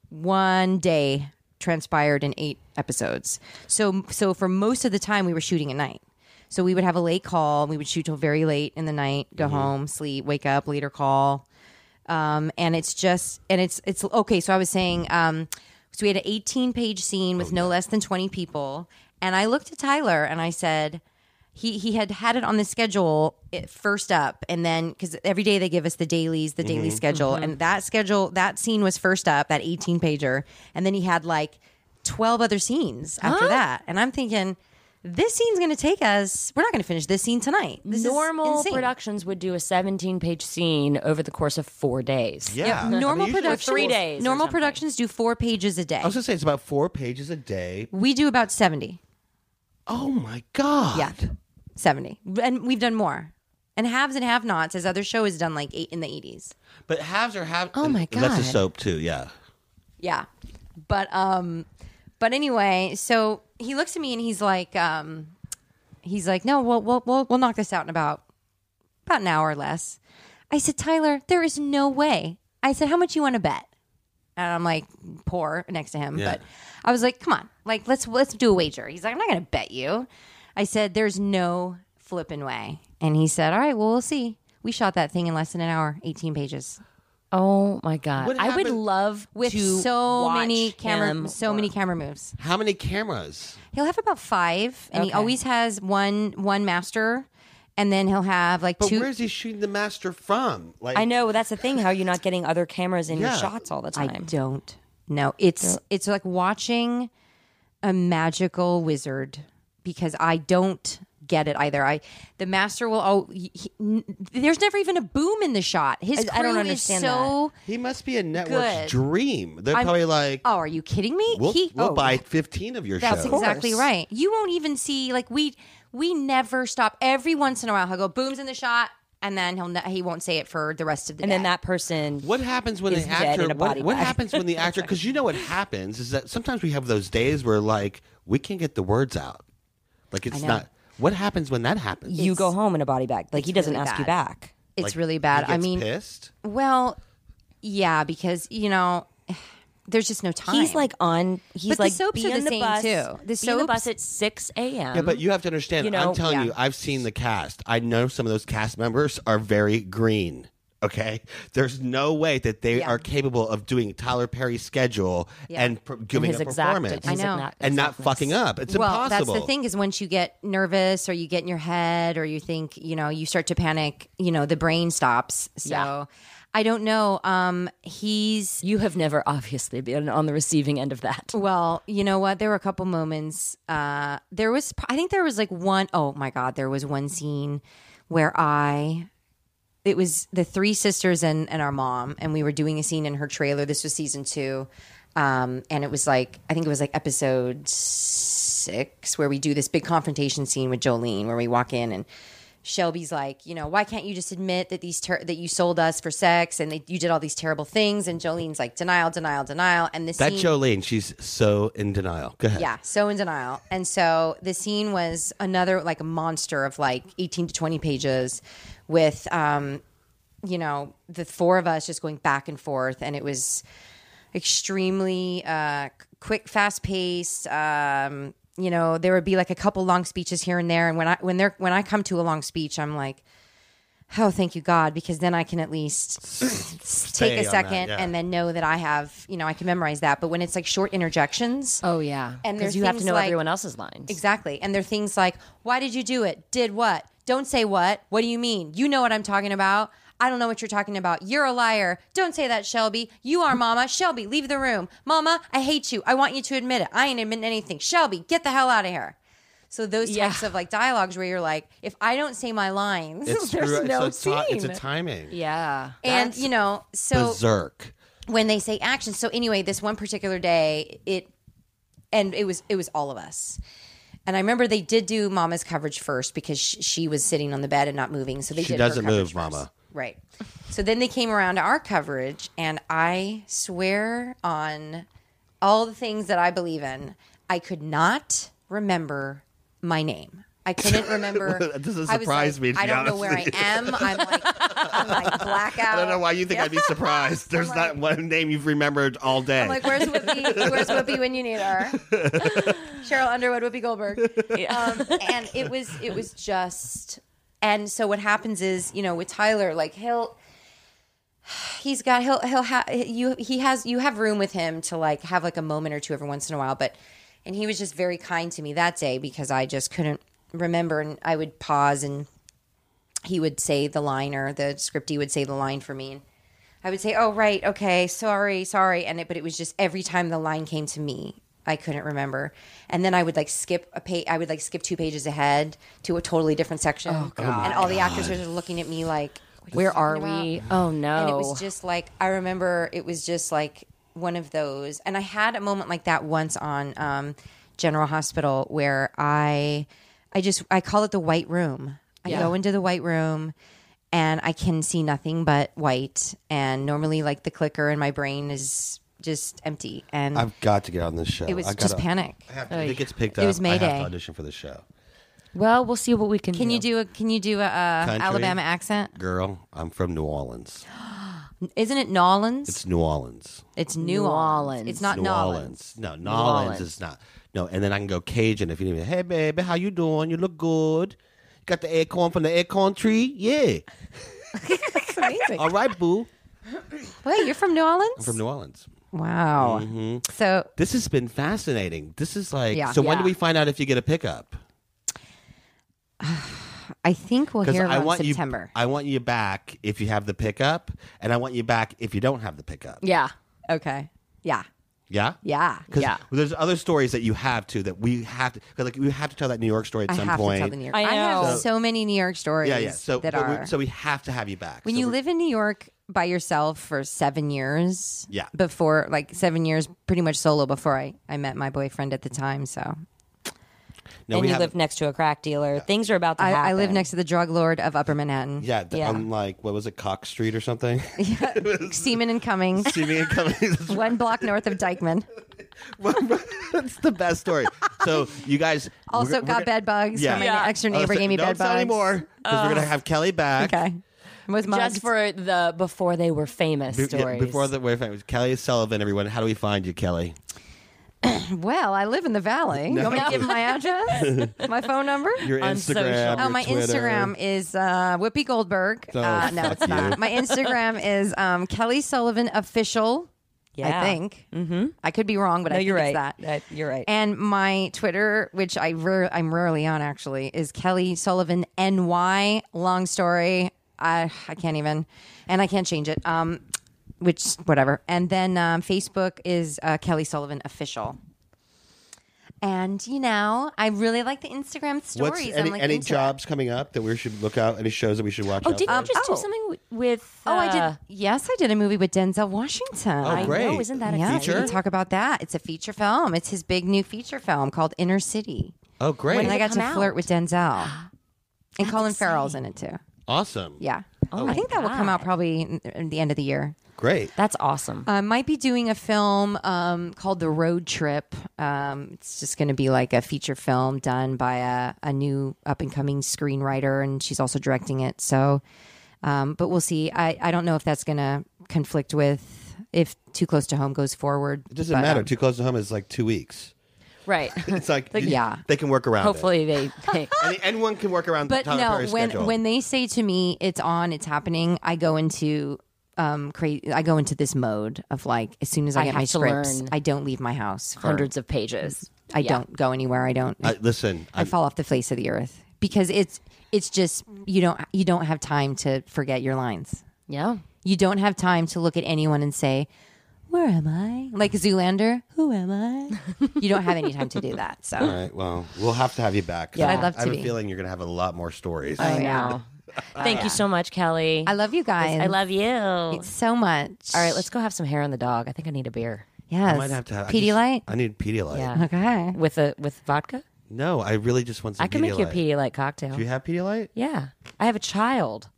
E: one day transpired in eight episodes. So, so for most of the time, we were shooting at night. So we would have a late call. and We would shoot till very late in the night, go home, sleep, wake up, later call. Um, and it's just, and it's, it's okay. So I was saying, um, so we had an 18 page scene with no less than 20 people. And I looked at Tyler and I said, he, he had had it on the schedule it, first up and then because every day they give us the dailies the daily schedule and that schedule that scene was first up that 18 pager and then he had like 12 other scenes after that and i'm thinking This scene's going to take us. We're not going to finish this scene tonight. This is
C: normal
E: insane.
C: productions would do a 17 page scene over the course of four days.
G: Yeah. I mean,
E: Normal
G: usually-
E: productions.
C: three days or
E: Normal
C: something. Oh,
E: productions do four pages a day.
G: I was gonna say it's about four pages a day.
E: we do about seventy.
G: Oh my god.
E: Yeah, seventy, and we've done more. And haves and have-nots, as other show has done, like eight in the eighties.
G: But halves are halves.
E: Oh my
G: That's a
E: God.
G: soap too. Yeah.
E: Yeah. But um but anyway, so he looks at me and he's like um he's like, "No, we'll we'll we'll, we'll knock this out in about about an hour or less." I said, "Tyler, there is no way." I said, "How much you want to bet?" And I'm like, poor next to him, but I was like, "Come on. Like let's let's do a wager." He's like, "I'm not going to bet you." I said, "There's no flipping way." And he said, "All right, well, we'll see." We shot that thing in less than an hour, 18 pages.
C: Oh my god!
G: What
C: I would
G: happened-
C: love
E: With
C: to
E: so
C: watch
E: many
C: him
E: camera so many
C: work.
E: camera moves.
G: How many cameras?
E: He'll have about five, and he
C: Okay.
E: always has one one master, and then he'll have like
G: But
E: two.
G: where's he shooting the master from? Like
H: I know that's the thing. How you're not getting other cameras in
G: Yeah.
H: your shots all the
E: I
H: time.
E: don't know. It's it's like watching a magical wizard because I don't get it either. I the master will oh he, he- n- there's never even a boom in the shot. His crew
H: I- I don't
E: is
H: understand
E: so.
G: He must be a network's
E: Good.
G: dream. They're
E: I'm-
G: probably like,
E: Oh, are you kidding me?
G: we'll,
E: he
G: we'll
E: oh.
G: buy 15 of your
E: That's
G: shows.
E: exactly
H: course.
E: right. You won't even see like we we never stop. Every once in a while, he'll go booms in the shot, and then he'll ne- he won't say it for the rest of the
H: and
E: day.
H: then that person.
G: What happens when
H: Is
G: the
H: dead
G: actor?
H: in a
G: What,
H: body
G: what
H: bag.
G: happens when the actor? Because you know what happens is that sometimes we have those days where like we can't get the words out. Like it's
E: know.
G: not. What happens when that happens?
H: you go home in a body bag. Like he doesn't
E: really
H: ask you
E: bad.
H: back.
E: it's
G: Like,
E: really bad.
G: he
E: I
G: gets
E: mean,
G: pissed.
E: well, yeah, because you know, there's just no time.
H: He's like on. He's
E: But the
H: like
E: soaps
H: be
E: are
H: on
E: the
H: the
E: same,
H: bus,
E: too. The
H: The be on
E: soaps-
H: the bus at six a.m.
G: Yeah, but you have to understand.
H: You know,
G: I'm telling
E: uh-huh. yeah.
G: you, I've seen the cast. I know some of those cast members are very green. Okay, there's no way that they
E: Yeah.
G: are capable of doing Tyler Perry's schedule and pr- giving
C: his
G: a
C: exact-
G: performance
C: his
E: I know.
C: exact-
G: and not
C: exactness.
G: fucking up. It's
E: well,
G: impossible.
E: that's the thing is once you get nervous or you get in your head or you think, you know, you start to panic, you know, the brain stops. So I don't know. Um, he's
C: You have never obviously been on the receiving end of that.
E: Well, you know what? There were a couple moments. Uh, there was, I think there was like one oh my God, there was one scene where I, it was the three sisters and, and our mom, and we were doing a scene in her trailer. This was season two. Um, and it was like, I think it was like episode six where we do this big confrontation scene with Jolene where we walk in and Shelby's like, you know, why can't you just admit that these ter- that you sold us for sex and that you did all these terrible things? And Jolene's like, denial, denial, denial. And this
G: That
E: scene,
G: Jolene, she's so in denial. Go ahead.
E: yeah, so in denial. And so the scene was another like a monster of like 18 to 20 pages with um you know, the four of us just going back and forth and it was extremely uh c- quick fast paced um you know, there would be like a couple long speeches here and there and when I when they're when I come to a long speech, I'm like Oh, thank you, God, because then I can at least take
G: on
E: a
G: that,
E: second
G: yeah.
E: and then know that I have, you know, I can memorize that. But when it's like short interjections,
C: Oh yeah,
E: And there's
C: because you have to
E: things
C: know
E: like-
C: everyone else's lines.
E: Exactly. And they're things like, why did you do it? Did what? Don't say what? What do you mean? You know what I'm talking about. I don't know what you're talking about. You're a liar. Don't say that, Shelby. You are mama. Shelby, leave the room. Mama, I hate you. I want you to admit it. I ain't admitting anything. Shelby, get the hell out of here. So those
C: Yeah.
E: types of like dialogues where you're like, if I don't say my lines,
G: It's
E: there's
G: screw-
E: no
G: it's a ti- it's a
E: scene.
G: timing.
C: Yeah,
E: and you know, so
G: Berserk.
E: when they say action. So anyway, this one particular day, it and it was it was all of us. And I remember they did do Mama's coverage first because she, she was sitting on the bed and not moving. So they
G: She
E: did her
G: doesn't
E: coverage
G: move, Mama.
E: first. Right. So then they came around to our coverage, and I swear on all the things that I believe in, I could not remember my name. I couldn't remember.
G: That doesn't
E: I was
G: surprise
E: like,
G: me, to
E: I
G: be
E: don't know
G: honest
E: where
G: with
E: I
G: you.
E: am. I'm like, I'm like blackout.
G: I don't know why you think I'd be surprised. There's not one name you've remembered all day.
E: I'm like, where's Whoopi? Where's Whoopi when you need her? Cheryl Underwood, Whoopi Goldberg. Um, and it was it was just. And so what happens is, you know, with Tyler, like he'll he's got he'll he'll have you he has you have room with him to like have like a moment or two every once in a while, but and he was just very kind to me that day because I just couldn't remember and I would pause and he would say the line or the scripty would say the line for me and I would say, "Oh right, okay, sorry, sorry," and it, but it was just every time the line came to me, I couldn't remember. And then I would like skip a page. I would like skip two pages ahead to a totally different section. And all the actors were looking at me like, "What you
C: Where are
E: talking about?"
C: we? Oh no.
E: And it was just like I remember it was just like one of those. And I had a moment like that once on um, General Hospital where I I just I call it the white room. I go into the white room and I can see nothing but white and normally like the clicker in my brain is just empty and
I: I've got to get on this show.
E: it was
I: I
E: just
I: gotta-
E: panic.
G: I have to, if it gets picked
E: It
G: up.
E: was
G: I have
E: Mayday.
G: to audition for the show.
C: well, we'll see what we can.
E: Can you do a can you do a uh,
G: Country.
E: Alabama accent?
G: Girl, I'm from New Orleans.
E: Isn't it Nolans? It's,
G: It's New Orleans.
E: New Orleans.
C: Orleans.
E: It's not
G: New
E: Nolans.
G: Orleans. No, New Orleans, is not. No, and then I can go Cajun if you need me. Hey, baby, how you doing? You look good. You got the acorn from the acorn tree? Yeah. All right, boo.
E: Wait, you're from New Orleans?
G: I'm from New Mm-hmm. Orleans.
E: Wow. So
G: This has been fascinating. This is like,
E: Yeah.
G: so when do
C: Yeah.
G: we find out if you get a pickup?
E: I think we'll
G: Because
E: hear
G: I
E: around
G: want
E: September.
G: you, I want you back if you have the pickup, and I want you back if you don't have the pickup.
C: Yeah.
E: okay. Yeah.
G: Yeah,
E: Yeah.
G: Because
C: Yeah.
G: there's other stories that you have to that we have to 'cause, like we have to tell that New York story at
E: I
G: some
E: have
G: point.
E: to tell the New York.
C: I know.
E: have so many New York stories
G: yeah, yeah. So
E: that
G: but we-
E: are.
G: so we have to have you back
E: when
G: So
E: you
G: we-
E: live in New York by yourself for seven years,
G: Yeah.
E: before like seven years, pretty much solo before I, I met my boyfriend at the time. So
G: No,
C: and
G: we
C: you
G: have-
C: live next to a crack dealer. Things are about to
E: I,
C: happen.
E: I live next to the drug lord of Upper Manhattan,
G: Yeah, th- on like what was it, Cox Street or something?
E: Seaman and Cummings,
G: See me and come-
E: one block north of Dykeman.
G: That's the best story. So you guys we're
E: Also
G: gonna- we're
E: got
G: gonna-
E: bed bugs.
G: Yeah.
E: from my
G: Yeah.
E: extra
G: Oh,
E: neighbor
G: so
E: gave me
G: don't
E: bed
G: sell
E: bugs.
G: anymore because we're gonna have Kelly back.
E: Okay, with mugs.
C: just for the before they were famous
G: Be- yeah,
C: stories.
G: before the wait, wait, Kelly Sullivan, everyone, how do we find you, Kelly?
E: Well, I live in the valley. You want me to give my address, my phone number?
G: Your
C: On
G: Instagram.
C: social.
E: Oh, my Instagram is uh, Whoopi Goldberg.
I: Oh,
E: uh, no, it's not. My Instagram is um, Kelly Sullivan Official. I
C: Yeah.
E: think. Mm-hmm. I could be wrong, but I
C: No,
E: think
C: you're
E: it's
C: right.
E: that.
C: That- you're right.
E: And my Twitter, which I rare I'm rarely on actually, is Kelly Sullivan NY. Long story. I I can't even, and I can't change it. Um, which whatever. And then um, Facebook is uh, Kelly Sullivan Official. And you know, I really like the Instagram stories.
I: What's
E: I'm
I: any,
E: like
I: any
E: into it.
I: jobs coming up that we should look out? Any shows that we should watch?
C: oh,
I: out
C: didn't
I: for?
C: you just
E: oh.
C: do something wi- with?
E: Oh, I
C: uh,
E: did. Yes, I did a movie with Denzel Washington.
G: Oh, great.
C: I know. Isn't that a
E: yeah, we
C: feature?
E: can talk about that. It's a feature film. It's his big new feature film called Inner City.
G: Oh, great,
E: and I got to
C: come out?
E: flirt with Denzel. And Colin Farrell's in it too.
G: awesome,
E: Yeah.
C: Oh
E: I
C: my
E: think that will come out probably in- in the end of the year.
G: great.
C: That's awesome.
E: I might be doing a film um, called The Road Trip. Um, it's just going to be like a feature film done by a, a new up and coming screenwriter, and she's also directing it. So, um, but we'll see. I, I don't know if that's going to conflict with if Too Close to Home goes forward.
I: It doesn't
E: but,
I: matter.
E: um,
I: Too close to home is like two weeks.
C: right.
G: It's like, you-
E: yeah.
G: they can work around. it.
C: Hopefully they. they
G: and anyone can work around.
E: but
G: Tyler
E: no,
G: Perry's
E: when
G: schedule.
E: when they say to me it's on, it's happening, I go into um cra- I go into this mode of like as soon as I,
C: I
E: get my
C: have to
E: scripts,
C: learn
E: I don't leave my house. For,
C: hundreds of pages.
E: I don't go anywhere. I don't.
G: I- listen,
E: I
G: I'm-
E: fall off the face of the earth because it's it's just you don't you don't have time to forget your lines.
C: Yeah.
E: You don't have time to look at anyone and say, "Where am I?" Like Zoolander, "Who am I?" you don't have any time to do that. So
I: All right. Well, we'll have to have you back. 'cause
E: Yeah.
I: I-
E: I'd love
G: I have
E: to
G: a
E: be.
G: feeling you're gonna have a lot more stories.
C: I know. Thank you so much, Kelly.
E: I love you guys.
C: I love you. All
E: so much. All
C: right, let's go have some hair on the dog. I think I need a beer
E: Yes.
G: I might have to have I just-
E: Pedialyte.
G: I need Pedialyte.
C: Yeah.
E: Okay.
C: with a with vodka.
G: No, I really just want some.
C: I can make you a
G: Pedialyte.
C: Pedialyte cocktail.
G: Do you have Pedialyte?
C: yeah, I have a child.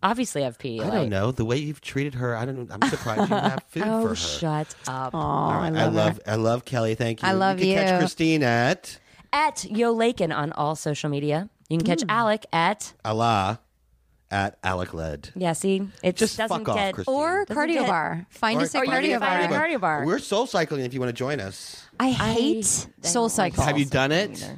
C: Obviously, I have Pedialyte.
G: I don't know. The way you've treated her, I don't. I'm surprised you have food
C: Oh,
G: for her.
C: shut up.
G: All right, I love, I love Kelly. Thank you.
E: I love
G: you. Can
E: you.
G: catch Christine at
C: At Yo Lakin on all social media. You can catch Alec at
G: Allah at Alec Led.
C: yeah. See, it
G: Just
C: doesn't
G: fuck off,
C: get
G: Christine.
E: Or
C: Doesn't
E: cardio
C: get-
E: bar. Find us at
C: Or you
E: cardio
C: can
E: bar.
C: find a cardio bar.
G: We're soul cycling. If you want to join us,
E: I hate
C: I
E: Soul
C: don't like
E: Cycle.
G: have you done it?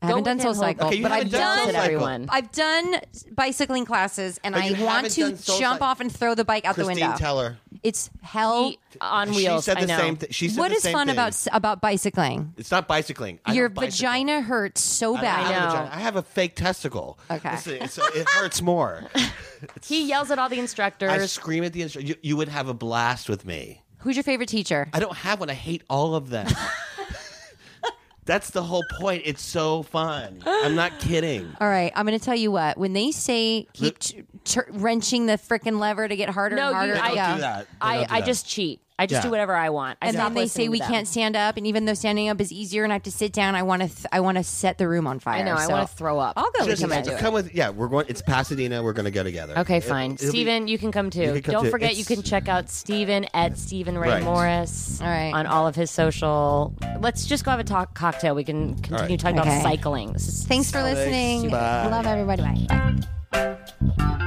E: I haven't
C: Go
E: done
C: with
E: Soul
C: him, Hope.
E: Cycle,
G: Okay, you
E: but I've
G: haven't done
E: done.
G: Soul
C: Insulted
G: Cycle.
C: everyone.
E: I've done bicycling classes, and
G: But
E: I
G: you
E: want
G: haven't
E: to
G: done Soul
E: jump
G: Cycle.
E: off and throw the bike out
G: Christine
E: the window.
G: Teller.
E: It's hell.
C: He- on
G: She
C: wheels.
G: said
C: I
G: the
C: know.
G: same. thing. she said
E: what
G: the
E: is
G: same
E: fun
G: thing.
E: about about bicycling?
G: It's not bicycling. I
E: Your
G: don't bicycle.
E: vagina hurts so
G: I, don't
E: bad.
G: have a
C: know.
G: vagina. I have a fake testicle.
E: Okay.
G: Listen, it's, it hurts more.
C: He yells at all the
G: I
C: instructors.
G: scream at the instructor. You, you would have a blast with me.
E: Who's your favorite teacher?
G: I don't have one. I hate all of them. That's the whole point. It's so fun. I'm not kidding.
E: All right, I'm going to tell you what. When they say keep ch- ch- wrenching the frecking lever to get harder
C: No,
E: and harder,
C: you, I, uh,
E: to
G: don't
E: go.
G: do that. They
C: I,
G: don't do
C: I
G: that.
C: just cheat. I just
G: Yeah.
C: do whatever I want. I
E: and
C: stop
E: then they say
C: listening
E: we
C: to them.
E: can't stand up, and even though standing up is easier, and I have to sit down, I want to. Th- I want to set the room on fire.
C: I know.
E: so-
C: I want to throw up.
E: I'll go
G: Just
E: with you.
G: come with yeah. We're going. It's Pasadena. We're going to go together.
C: Okay,
G: It-
C: fine.
G: it'll be-
C: Steven, you can come too.
G: can come
C: Don't
G: too.
C: forget, you
G: It's-
C: can check out Steven at Steven Ray
G: Right.
C: Morris
E: All right.
C: on all of his social. Let's just go have a talk cocktail. We can continue
G: right.
C: talking
E: Okay.
C: about cycling. This is
E: Thanks for listening.
G: Bye.
E: Love everybody. Bye.